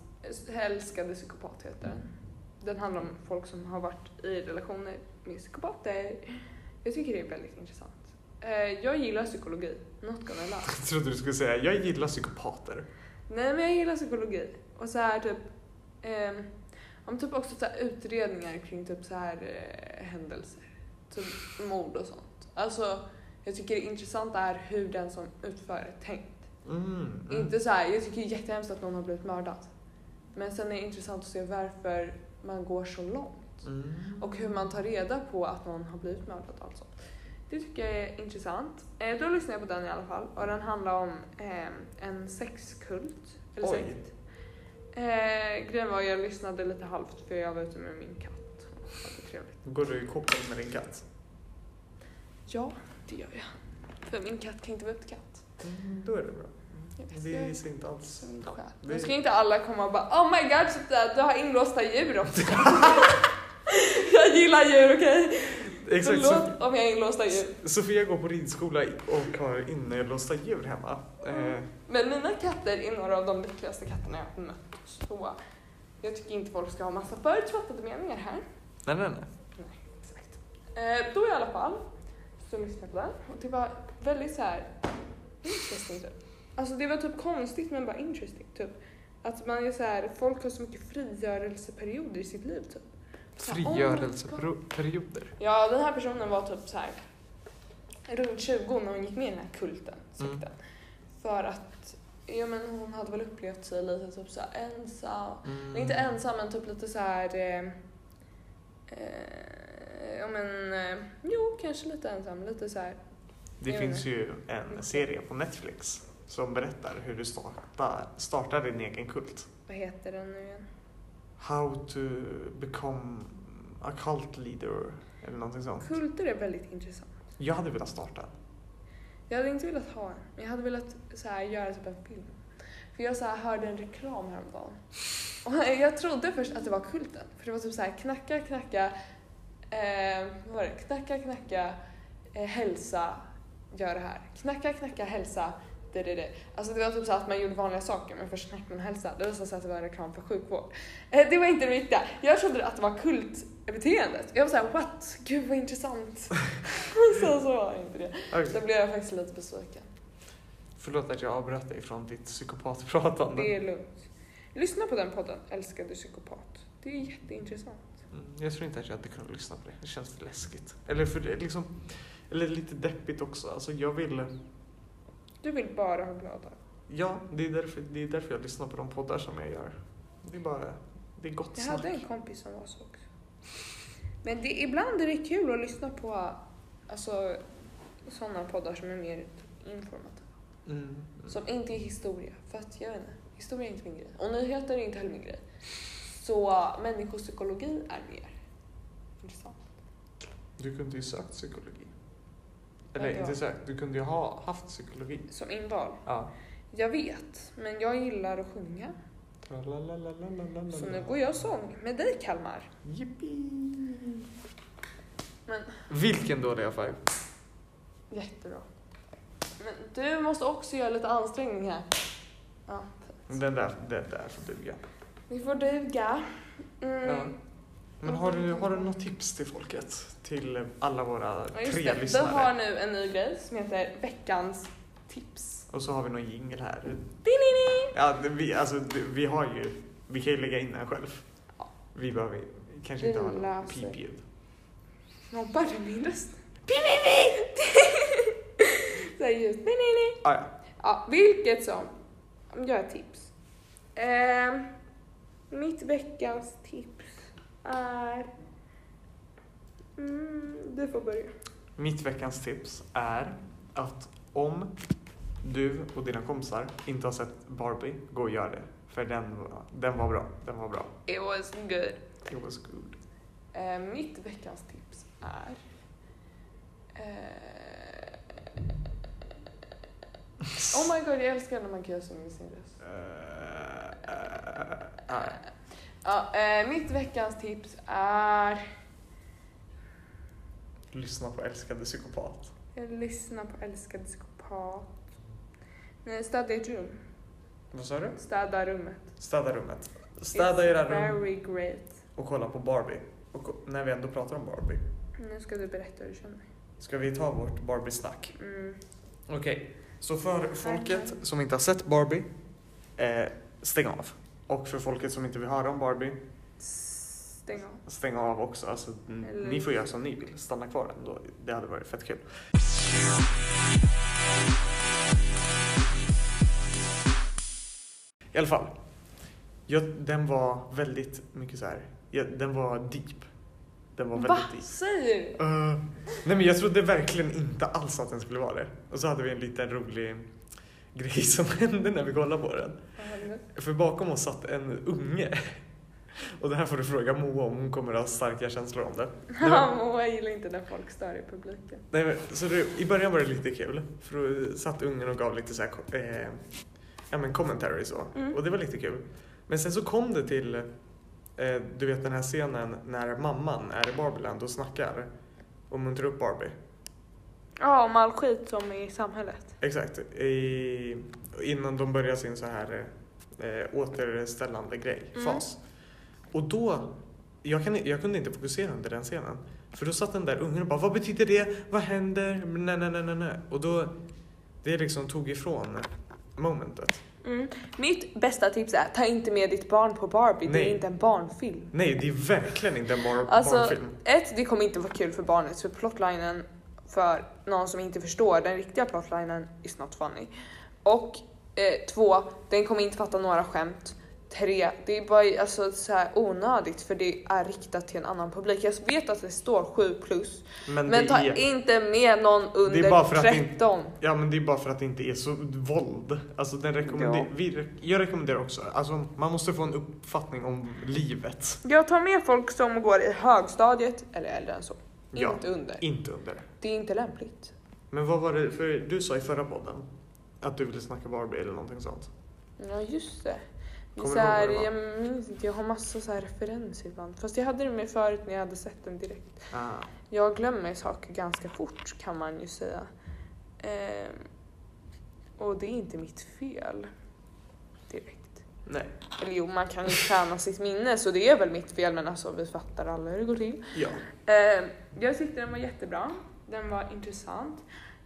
[SPEAKER 1] Älskade psykopat heter den. Den handlar om folk som har varit i relationer med psykopater. Jag tycker det är väldigt intressant. Eh, Jag gillar psykologi, not gonna lie.
[SPEAKER 2] Jag trodde du skulle säga jag gillar psykopater.
[SPEAKER 1] Nej men jag gillar psykologi. Och så här typ, ehm, om typ också så här utredningar kring typ så här eh, händelser. Typ mord och sånt. Alltså jag tycker det intressanta är hur den som utför är tänkt.
[SPEAKER 2] Mm, mm.
[SPEAKER 1] Inte så här, jag tycker det är jättehemskt att någon har blivit mördad. Men sen är det intressant att se varför man går så långt.
[SPEAKER 2] Mm.
[SPEAKER 1] Och hur man tar reda på att någon har blivit mördad och allt sånt. Det tycker jag är intressant. Eh, då lyssnade jag på den i alla fall. Och den handlar om eh, en sexkult. Eller
[SPEAKER 2] Oj.
[SPEAKER 1] sekt. Eh, grejen var jag lyssnade lite halvt för jag var ute med min katt. Det var trevligt.
[SPEAKER 2] Går du i koppel med din katt?
[SPEAKER 1] Ja, det gör jag. För min katt kan inte vara uppkatt.
[SPEAKER 2] Då är det bra.
[SPEAKER 1] Mm. Jag vet, jag
[SPEAKER 2] Det
[SPEAKER 1] är
[SPEAKER 2] ser inte
[SPEAKER 1] så
[SPEAKER 2] alls...
[SPEAKER 1] min själ.
[SPEAKER 2] Det-
[SPEAKER 1] Nu ska inte alla komma och bara oh my god så där, du har inlåsta djur också. jag gillar djur okej?
[SPEAKER 2] Exakt, så,
[SPEAKER 1] Förlåt om jag har inlåsta djur.
[SPEAKER 2] Sofia går på ridskola och har inlåsta djur hemma. Eh,
[SPEAKER 1] Men mina katter är några av de lyckligaste katterna jag har mött. Så jag tycker inte folk ska ha massa förutfattade meningar här.
[SPEAKER 2] nej, nej, nej.
[SPEAKER 1] Exakt. Eh, då i alla fall så lyssnade jag på den och det var väldigt så här interesting typ. Alltså det var typ konstigt men bara interesting typ. Att man är så här, folk har så mycket frigörelseperioder i sitt liv typ. Så här, oh my God.
[SPEAKER 2] Frigörelseperioder.
[SPEAKER 1] Ja, den här personen var typ så här runt 20 när hon gick med i den här kulten, sekten. För att ja, men hon hade väl upplevt sig lite typ så här ensam.
[SPEAKER 2] Mm.
[SPEAKER 1] Eller Inte ensam men typ lite så här eh, eh, Eh, Ja men, eh, jo kanske lite ensam, lite så här.
[SPEAKER 2] Det
[SPEAKER 1] Jag
[SPEAKER 2] finns
[SPEAKER 1] vet.
[SPEAKER 2] ju en serie på Netflix som berättar hur du startar, startar din egen kult.
[SPEAKER 1] vad heter den nu igen?
[SPEAKER 2] How to become a cult leader eller någonting sånt.
[SPEAKER 1] Kulter är väldigt intressant.
[SPEAKER 2] Jag hade velat starta.
[SPEAKER 1] Jag hade inte velat ha en, men jag hade velat så här, göra typ en film. För jag så här, hörde en reklam häromdagen. Och jag trodde först att det var kulten. För det var typ så här knacka, knacka, eh, vad var det? Knacka, knacka, eh, hälsa, gör det här. Knacka, knacka, hälsa, det, det, det. Alltså det var typ så här att man gjorde vanliga saker men först knackade man hälsa. Det visade sig att det var en reklam för sjukvård. Eh, det var inte det riktiga. Jag trodde att det var kultbeteendet. Jag var så här what? Gud vad intressant. Och sen så var det inte det. Då
[SPEAKER 2] Okej.
[SPEAKER 1] blev jag faktiskt lite besviken.
[SPEAKER 2] Förlåt att jag avbröt dig från ditt psykopatpratande.
[SPEAKER 1] Det är lugnt. Lyssna på den podden, Älskade psykopat. Det är jätteintressant.
[SPEAKER 2] Mm, Jag tror inte att jag hade kunnat lyssna på det. Det känns läskigt. Eller, för det, är liksom, eller lite deppigt också. Alltså jag vill...
[SPEAKER 1] Du vill bara ha glada.
[SPEAKER 2] Ja, det är, därför, det är därför jag lyssnar på de poddar som jag gör. Det är bara... Det är gott
[SPEAKER 1] Jag
[SPEAKER 2] snack.
[SPEAKER 1] hade en kompis som var så också. Men det, ibland är det kul att lyssna på alltså, sådana poddar som är mer informativa.
[SPEAKER 2] Mm.
[SPEAKER 1] Som inte är historia. För att jag vet inte, historia är inte min grej. Och nyheter är inte heller min grej. Så människopsykologi är mer intressant.
[SPEAKER 2] Du kunde ju sökt psykologi.
[SPEAKER 1] Ja,
[SPEAKER 2] Eller
[SPEAKER 1] det
[SPEAKER 2] inte
[SPEAKER 1] var-
[SPEAKER 2] sökt, du kunde ju ha haft psykologi.
[SPEAKER 1] Som inval.
[SPEAKER 2] Ja.
[SPEAKER 1] Jag vet, men jag gillar att sjunga.
[SPEAKER 2] Mm. Tralalalalalalalala.
[SPEAKER 1] Så nu går jag sång med dig Kalmar.
[SPEAKER 2] Jippi!
[SPEAKER 1] Men-
[SPEAKER 2] Vilken dålig affär.
[SPEAKER 1] Jättebra. Men du måste också göra lite ansträngning här. Ja, fint.
[SPEAKER 2] Den där, den där får duga.
[SPEAKER 1] Det får duga. Mm.
[SPEAKER 2] Ja. Men har du, har du något tips till folket? Till alla våra
[SPEAKER 1] Ja,
[SPEAKER 2] tre
[SPEAKER 1] just det. Vi
[SPEAKER 2] lyssnare?
[SPEAKER 1] har nu en ny grej som heter veckans tips.
[SPEAKER 2] Och så har vi någon jingel här.
[SPEAKER 1] Dinini!
[SPEAKER 2] Ja, det- vi, alltså, det- vi har ju... Vi kan ju lägga in den själv.
[SPEAKER 1] Ja.
[SPEAKER 2] Vi behöver vi kanske
[SPEAKER 1] Vi
[SPEAKER 2] inte ha något
[SPEAKER 1] löser.
[SPEAKER 2] pipljud.
[SPEAKER 1] Nobbar du min röst? Dinini! Så här ljud. Dinini!
[SPEAKER 2] Ah, ja.
[SPEAKER 1] Ja, vilket som. Jag har ett tips. Ehm, mitt veckans tips är... Mm, du får börja.
[SPEAKER 2] Mitt veckans tips är att om du och dina kompisar inte har sett Barbie, gå och gör det. För den var, den var bra. Den var bra.
[SPEAKER 1] It was good.
[SPEAKER 2] It was good.
[SPEAKER 1] Eh, mitt veckans tips är... Eh, oh my god, jag älskar när man kan göra så med sin röst.
[SPEAKER 2] Eh, eh,
[SPEAKER 1] Ja, eh, mitt veckans tips är...
[SPEAKER 2] Lyssna på älskade psykopat.
[SPEAKER 1] Lyssna på älskade psykopat. Nej, städa ditt rum.
[SPEAKER 2] Vad sa du?
[SPEAKER 1] Städa rummet.
[SPEAKER 2] Städa rummet. Städa
[SPEAKER 1] It's
[SPEAKER 2] era rum
[SPEAKER 1] very great.
[SPEAKER 2] och kolla på Barbie. Och ko- när vi ändå pratar om Barbie,
[SPEAKER 1] Nu ska du berätta hur du känner.
[SPEAKER 2] ska vi ta vårt Barbie-snack?
[SPEAKER 1] Mm.
[SPEAKER 2] Okej. Så för folket som inte har sett Barbie, eh, stäng av. Och för folket som inte vill höra om Barbie,
[SPEAKER 1] Stäng av.
[SPEAKER 2] stäng av också. Alltså, n-
[SPEAKER 1] Eller-
[SPEAKER 2] Ni får göra som ni vill, stanna kvar ändå. Det hade varit fett kul. I alla fall. Jag, den var väldigt mycket så här. Jag, den var deep. Den var väldigt
[SPEAKER 1] Va?
[SPEAKER 2] deep.
[SPEAKER 1] Säger du?
[SPEAKER 2] Eh, nej men jag trodde verkligen inte alls att den skulle vara det. Och så hade vi en liten rolig grej som hände när vi kollade på den.
[SPEAKER 1] Vad hände?
[SPEAKER 2] För bakom oss satt en unge. Och det här får du fråga Moa om hon kommer ha starka känslor om det. Nej, men-
[SPEAKER 1] Moa gillar inte när folk stör i publiken.
[SPEAKER 2] Nej, men, så det, I början var det lite kul, för då satt ungen och gav lite så här, ko- eh, ja, men commentary så.
[SPEAKER 1] Mm.
[SPEAKER 2] Och det var lite kul. Men sen så kom det till, eh, du vet den här scenen när mamman är i Barbieland och snackar och muntrar upp Barbie.
[SPEAKER 3] Ja, om all skit som är i samhället.
[SPEAKER 2] Exakt. I, innan de börjar sin så här eh, återställande grej,
[SPEAKER 1] Mm.
[SPEAKER 2] fas. Och då, jag, kan, jag kunde inte fokusera under den scenen. För då satt den där ungen och bara vad betyder det? Vad händer? Nej, nej, nej, nej, nej. Och då, det liksom tog ifrån momentet.
[SPEAKER 3] Mm. Mitt bästa tips är ta inte med ditt barn på Barbie. Det
[SPEAKER 2] Nej.
[SPEAKER 3] är inte en barnfilm.
[SPEAKER 2] Nej, det är verkligen inte en bar-
[SPEAKER 3] Alltså-
[SPEAKER 2] barnfilm.
[SPEAKER 3] Ett, det kommer inte vara kul för barnet för plotlinen för någon som inte förstår den riktiga plotlinen is not funny. Och eh, två, den kommer inte fatta några skämt. tre. Det är bara alltså, så här onödigt för det är riktat till en annan publik. Jag vet att det står 7 plus,
[SPEAKER 2] Men,
[SPEAKER 3] men
[SPEAKER 2] det
[SPEAKER 3] ta
[SPEAKER 2] är...
[SPEAKER 3] inte med någon under
[SPEAKER 2] bara för att det inte-
[SPEAKER 3] 13.
[SPEAKER 2] Ja men det är bara för att det inte är så våld. Alltså den rekommender-
[SPEAKER 3] Ja.
[SPEAKER 2] vi re- jag rekommenderar också, alltså man måste få en uppfattning om livet.
[SPEAKER 3] Jag tar med folk som går i högstadiet eller äldre än så.
[SPEAKER 2] Ja,
[SPEAKER 3] Inte under.
[SPEAKER 2] inte under.
[SPEAKER 3] Det är inte lämpligt.
[SPEAKER 2] Men vad var det, för du sa i förra podden att du ville snacka Barbie eller någonting sånt.
[SPEAKER 3] Ja just det. Det är
[SPEAKER 2] Kommer
[SPEAKER 3] så
[SPEAKER 2] du ihåg
[SPEAKER 3] här,
[SPEAKER 2] vad det
[SPEAKER 3] jag minns inte, jag har massa så här referenser ibland. Fast jag hade det med förut när jag hade sett den direkt.
[SPEAKER 2] Ah.
[SPEAKER 3] Jag glömmer saker ganska fort kan man ju säga. Ehm, och det är inte mitt fel. Direkt.
[SPEAKER 2] Nej.
[SPEAKER 3] Eller jo, man kan ju träna sitt minne så det är väl mitt fel men alltså vi fattar alla hur det går till.
[SPEAKER 2] Ja.
[SPEAKER 3] Ehm, jag tyckte den var jättebra. Den var intressant.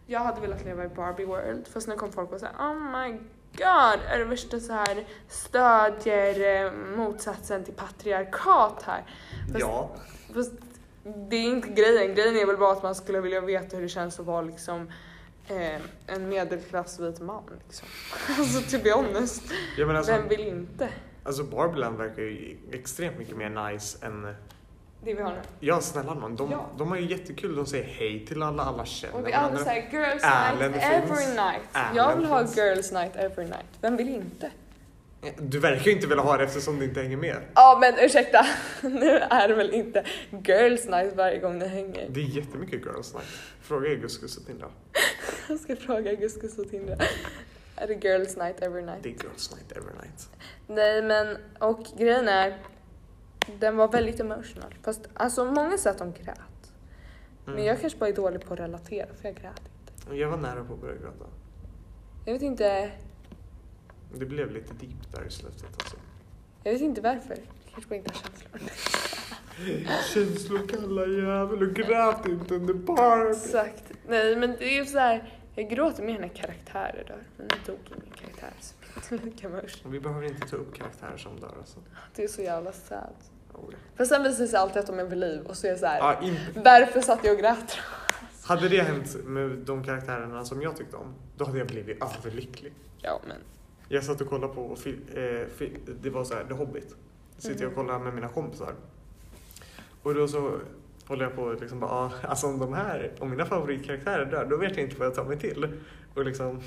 [SPEAKER 3] Jag hade velat leva i Barbie World fast nu kom folk och sa oh my god är det värsta så här stödjer eh, motsatsen till patriarkat här. Fast-
[SPEAKER 2] Ja.
[SPEAKER 3] Fast det är inte grejen. Grejen är väl bara att man skulle vilja veta hur det känns att vara liksom eh, en medelklassvit man. Liksom. Alltså to be honest,
[SPEAKER 2] Jag menar alltså,
[SPEAKER 3] vem vill inte
[SPEAKER 2] alltså Barbieland verkar ju extremt mycket mer nice än...
[SPEAKER 1] Det vi har nu.
[SPEAKER 2] Ja snälla man, de,
[SPEAKER 1] Ja.
[SPEAKER 2] de har ju jättekul, de säger hej till alla, alla känner
[SPEAKER 1] Och vi alla
[SPEAKER 2] varandra.
[SPEAKER 1] såhär girls night
[SPEAKER 2] Erlen finns.
[SPEAKER 1] every night.
[SPEAKER 2] Erlen
[SPEAKER 1] Jag vill ha
[SPEAKER 2] finns.
[SPEAKER 1] girls night every night. Vem vill inte?
[SPEAKER 2] Du verkar ju inte vilja ha det eftersom du inte hänger med.
[SPEAKER 1] Ja men ursäkta, nu är det väl inte girls night varje gång ni hänger.
[SPEAKER 2] Det är jättemycket girls night. Fråga Gus Gus och Tindra.
[SPEAKER 1] Jag ska fråga Guskus och Tindra. Är det girls night every night?
[SPEAKER 2] Det är girls night every night.
[SPEAKER 1] Nej men, och grejen är, den var väldigt emotional. Fast alltså många sa att de grät. Men
[SPEAKER 2] Mm.
[SPEAKER 1] jag kanske bara är dålig på att relatera för jag grät inte.
[SPEAKER 2] jag var nära på att börja gråta.
[SPEAKER 1] Jag vet inte,
[SPEAKER 2] Det blev lite deep där i slutet alltså.
[SPEAKER 1] jag vet inte varför. Jag kanske bara inte har känslor.
[SPEAKER 2] Känslokalla jävel och grät inte under Barbie.
[SPEAKER 1] Exakt. Nej men det är ju så här. jag gråter mer när karaktärer dör. Men nu dog ju min karaktär så det är inte lika mörkt.
[SPEAKER 2] Vi behöver inte ta upp karaktärer som dör alltså.
[SPEAKER 1] Det är så jävla sad.
[SPEAKER 2] Oh, ja.
[SPEAKER 1] Fast sen visar det sig alltid att de är vid liv och så är jag så här.
[SPEAKER 2] Ja, in-
[SPEAKER 1] varför satt jag och grät?
[SPEAKER 2] hade det hänt med de karaktärerna som jag tyckte om, då hade jag blivit överlycklig.
[SPEAKER 1] Ja men.
[SPEAKER 2] Jag satt och kollade på film, eh, fil, det var så här, The Hobbit. Sitter jag och kollar med mina kompisar. Och då så håller jag på och liksom bara, ah, alltså om de här, om mina favoritkaraktärer dör, då vet jag inte vad jag tar mig till. Och liksom,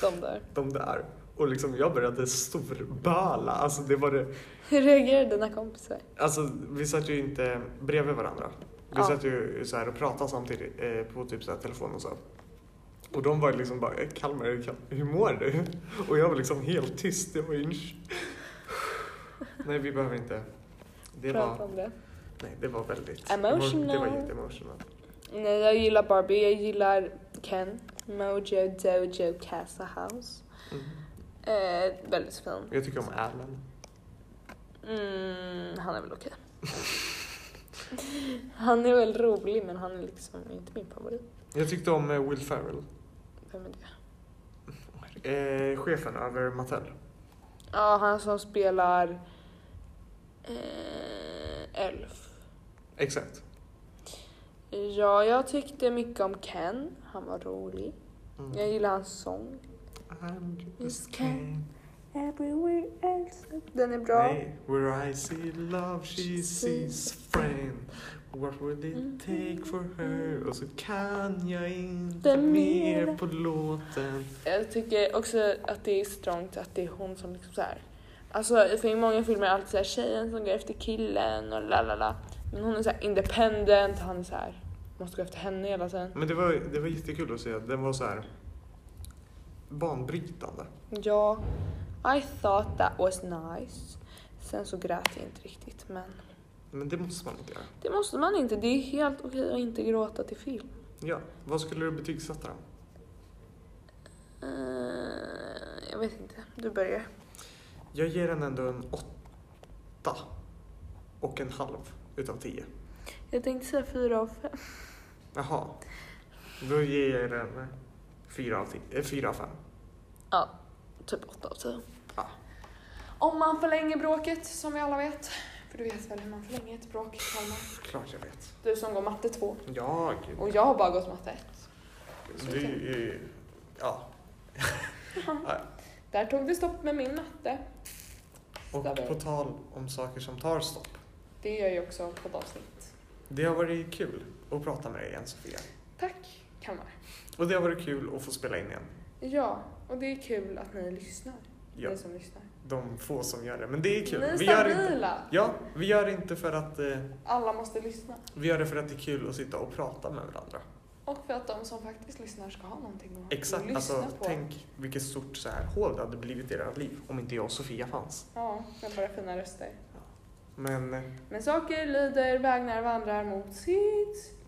[SPEAKER 1] De dör.
[SPEAKER 2] de där. Och liksom jag började storböla. Alltså det var det,
[SPEAKER 1] Hur reagerar dina kompisar?
[SPEAKER 2] alltså vi satt ju inte bredvid varandra. Vi
[SPEAKER 1] Ja.
[SPEAKER 2] satt ju så här och pratade samtidigt eh, på typ så här telefon och så. Och de var liksom bara, Kalmar, är du kall- hur mår du? Och jag var liksom helt tyst. Jag var ju... Nej, vi behöver inte. Det
[SPEAKER 1] Prata
[SPEAKER 2] var,
[SPEAKER 1] om det.
[SPEAKER 2] nej, det var väldigt... Det var
[SPEAKER 1] Emotional.
[SPEAKER 2] jätteemotional.
[SPEAKER 1] Nej jag gillar Barbie, jag gillar Ken. Mojo Dojo Casa House.
[SPEAKER 2] Mm.
[SPEAKER 1] Eh, väldigt fin.
[SPEAKER 2] Jag tycker om Alan.
[SPEAKER 1] Mm, han är väl okej. han är väl rolig men han är liksom inte min favorit.
[SPEAKER 2] Jag tyckte om eh, Will Ferrell.
[SPEAKER 1] Oh, Vem är det?
[SPEAKER 2] Eh, chefen över Mattel.
[SPEAKER 1] Ja, han som spelar eh, Elf.
[SPEAKER 2] Exakt.
[SPEAKER 1] Ja, jag tyckte mycket om Ken. Han var rolig.
[SPEAKER 2] Mm.
[SPEAKER 1] Jag gillar hans sång.
[SPEAKER 2] I'm just
[SPEAKER 1] Just
[SPEAKER 2] Ken.
[SPEAKER 1] Everywhere else. Den är bra.
[SPEAKER 2] Hey, where I see love she sees friend. What would it take for her? Och så kan jag inte
[SPEAKER 1] Den
[SPEAKER 2] mer
[SPEAKER 1] mer.
[SPEAKER 2] på låten.
[SPEAKER 1] Jag tycker också att det är strongt att det är hon som liksom så här. Alltså för i många filmer är det alltid så här, tjejen som går efter killen och la la la. Men hon är så här independent, han är så här, måste gå efter henne hela tiden.
[SPEAKER 2] Men det var, det var jättekul att se. Den var så här banbrytande.
[SPEAKER 1] Ja, I thought that was nice. Sen så grät jag inte riktigt men
[SPEAKER 2] Men det måste man inte göra.
[SPEAKER 1] det måste man inte. Det är helt okej att inte gråta till film.
[SPEAKER 2] Ja, vad skulle du betygsätta den?
[SPEAKER 1] Eh, jag vet inte, du börjar.
[SPEAKER 2] Jag ger den ändå en åtta och en halv utav tio.
[SPEAKER 1] Jag tänkte säga fyra av fem.
[SPEAKER 2] Jaha. Då ger jag den fyra av, ti- eh, fyra av fem.
[SPEAKER 1] Ja, typ åtta av tio.
[SPEAKER 2] Ja.
[SPEAKER 1] Om man förlänger bråket, som vi alla vet. För du vet väl hur man förlänger ett bråk, Kalmar?
[SPEAKER 2] Klart jag vet.
[SPEAKER 1] Du som går matte 2.
[SPEAKER 2] Ja, gud.
[SPEAKER 1] Och jag har bara gått matte 1.
[SPEAKER 2] Det är ju- ja.
[SPEAKER 1] Där tog det stopp med min matte.
[SPEAKER 2] Och
[SPEAKER 1] Stubborn.
[SPEAKER 2] på tal om saker som tar stopp.
[SPEAKER 1] Det gör ju också poddavsnitt.
[SPEAKER 2] Det har varit kul att prata med dig igen Sofia.
[SPEAKER 1] Tack, kammar.
[SPEAKER 2] Och det har varit kul att få spela in igen.
[SPEAKER 1] Ja, och det är kul att ni lyssnar.
[SPEAKER 2] Ja,
[SPEAKER 1] Ni som lyssnar.
[SPEAKER 2] de få som gör det. Men det är kul.
[SPEAKER 1] Ni är
[SPEAKER 2] Vi gör inte,
[SPEAKER 1] stabila.
[SPEAKER 2] ja, vi gör det inte för att eh,
[SPEAKER 1] Alla måste lyssna.
[SPEAKER 2] vi gör det för att det är kul att sitta och prata med varandra.
[SPEAKER 1] Och för att de som faktiskt lyssnar ska ha någonting att
[SPEAKER 2] Exakt.
[SPEAKER 1] lyssna
[SPEAKER 2] Alltså,
[SPEAKER 1] på.
[SPEAKER 2] tänk vilket stort så här hål det hade blivit i era liv om inte jag och Sofia fanns.
[SPEAKER 1] Ja, med våra fina röster.
[SPEAKER 2] Men eh,
[SPEAKER 1] Men saker lider, vägnar vandrar mot sitt slut.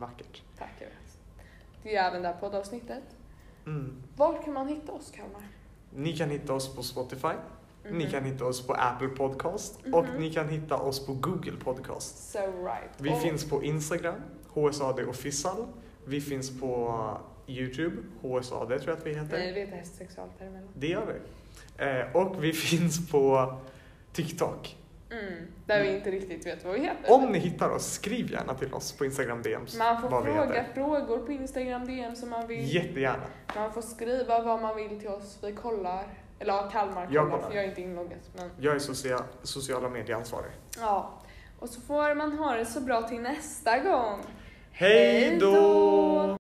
[SPEAKER 2] vackert.
[SPEAKER 1] Tack, jag vet. Det är även det här poddavsnittet.
[SPEAKER 2] Mm.
[SPEAKER 1] Var kan man hitta oss, Kalmar?
[SPEAKER 2] Ni kan hitta oss på Spotify,
[SPEAKER 1] Mhm.
[SPEAKER 2] ni kan hitta oss på Apple Podcast
[SPEAKER 1] Mhm.
[SPEAKER 2] och ni kan hitta oss på Google Podcast.
[SPEAKER 1] So right.
[SPEAKER 2] Vi
[SPEAKER 1] Och
[SPEAKER 2] finns på Instagram, HSAD official. Vi finns på uh, Youtube, HSAD tror jag att vi heter.
[SPEAKER 1] Nej, det heter hästsexualt däremellan.
[SPEAKER 2] Det gör vi. Eh, och vi finns på TikTok.
[SPEAKER 1] Mm, där vi inte riktigt vet vad vi heter.
[SPEAKER 2] Om ni hittar oss, skriv gärna till oss på Instagram DMs
[SPEAKER 1] Mm. Man får
[SPEAKER 2] vad vi
[SPEAKER 1] fråga
[SPEAKER 2] heter.
[SPEAKER 1] frågor på Instagram DM som man vill.
[SPEAKER 2] Jättegärna.
[SPEAKER 1] Man får skriva vad man vill till oss. Vi kollar. Eller ja, Kalmar
[SPEAKER 2] Jag
[SPEAKER 1] kollar,
[SPEAKER 2] kollar.
[SPEAKER 1] för jag är inte inloggad. Men
[SPEAKER 2] Jag är social, sociala medieansvarig.
[SPEAKER 1] ja. Och så får man ha det så bra till nästa gång.
[SPEAKER 2] Hej
[SPEAKER 1] Hej
[SPEAKER 2] då!
[SPEAKER 1] då!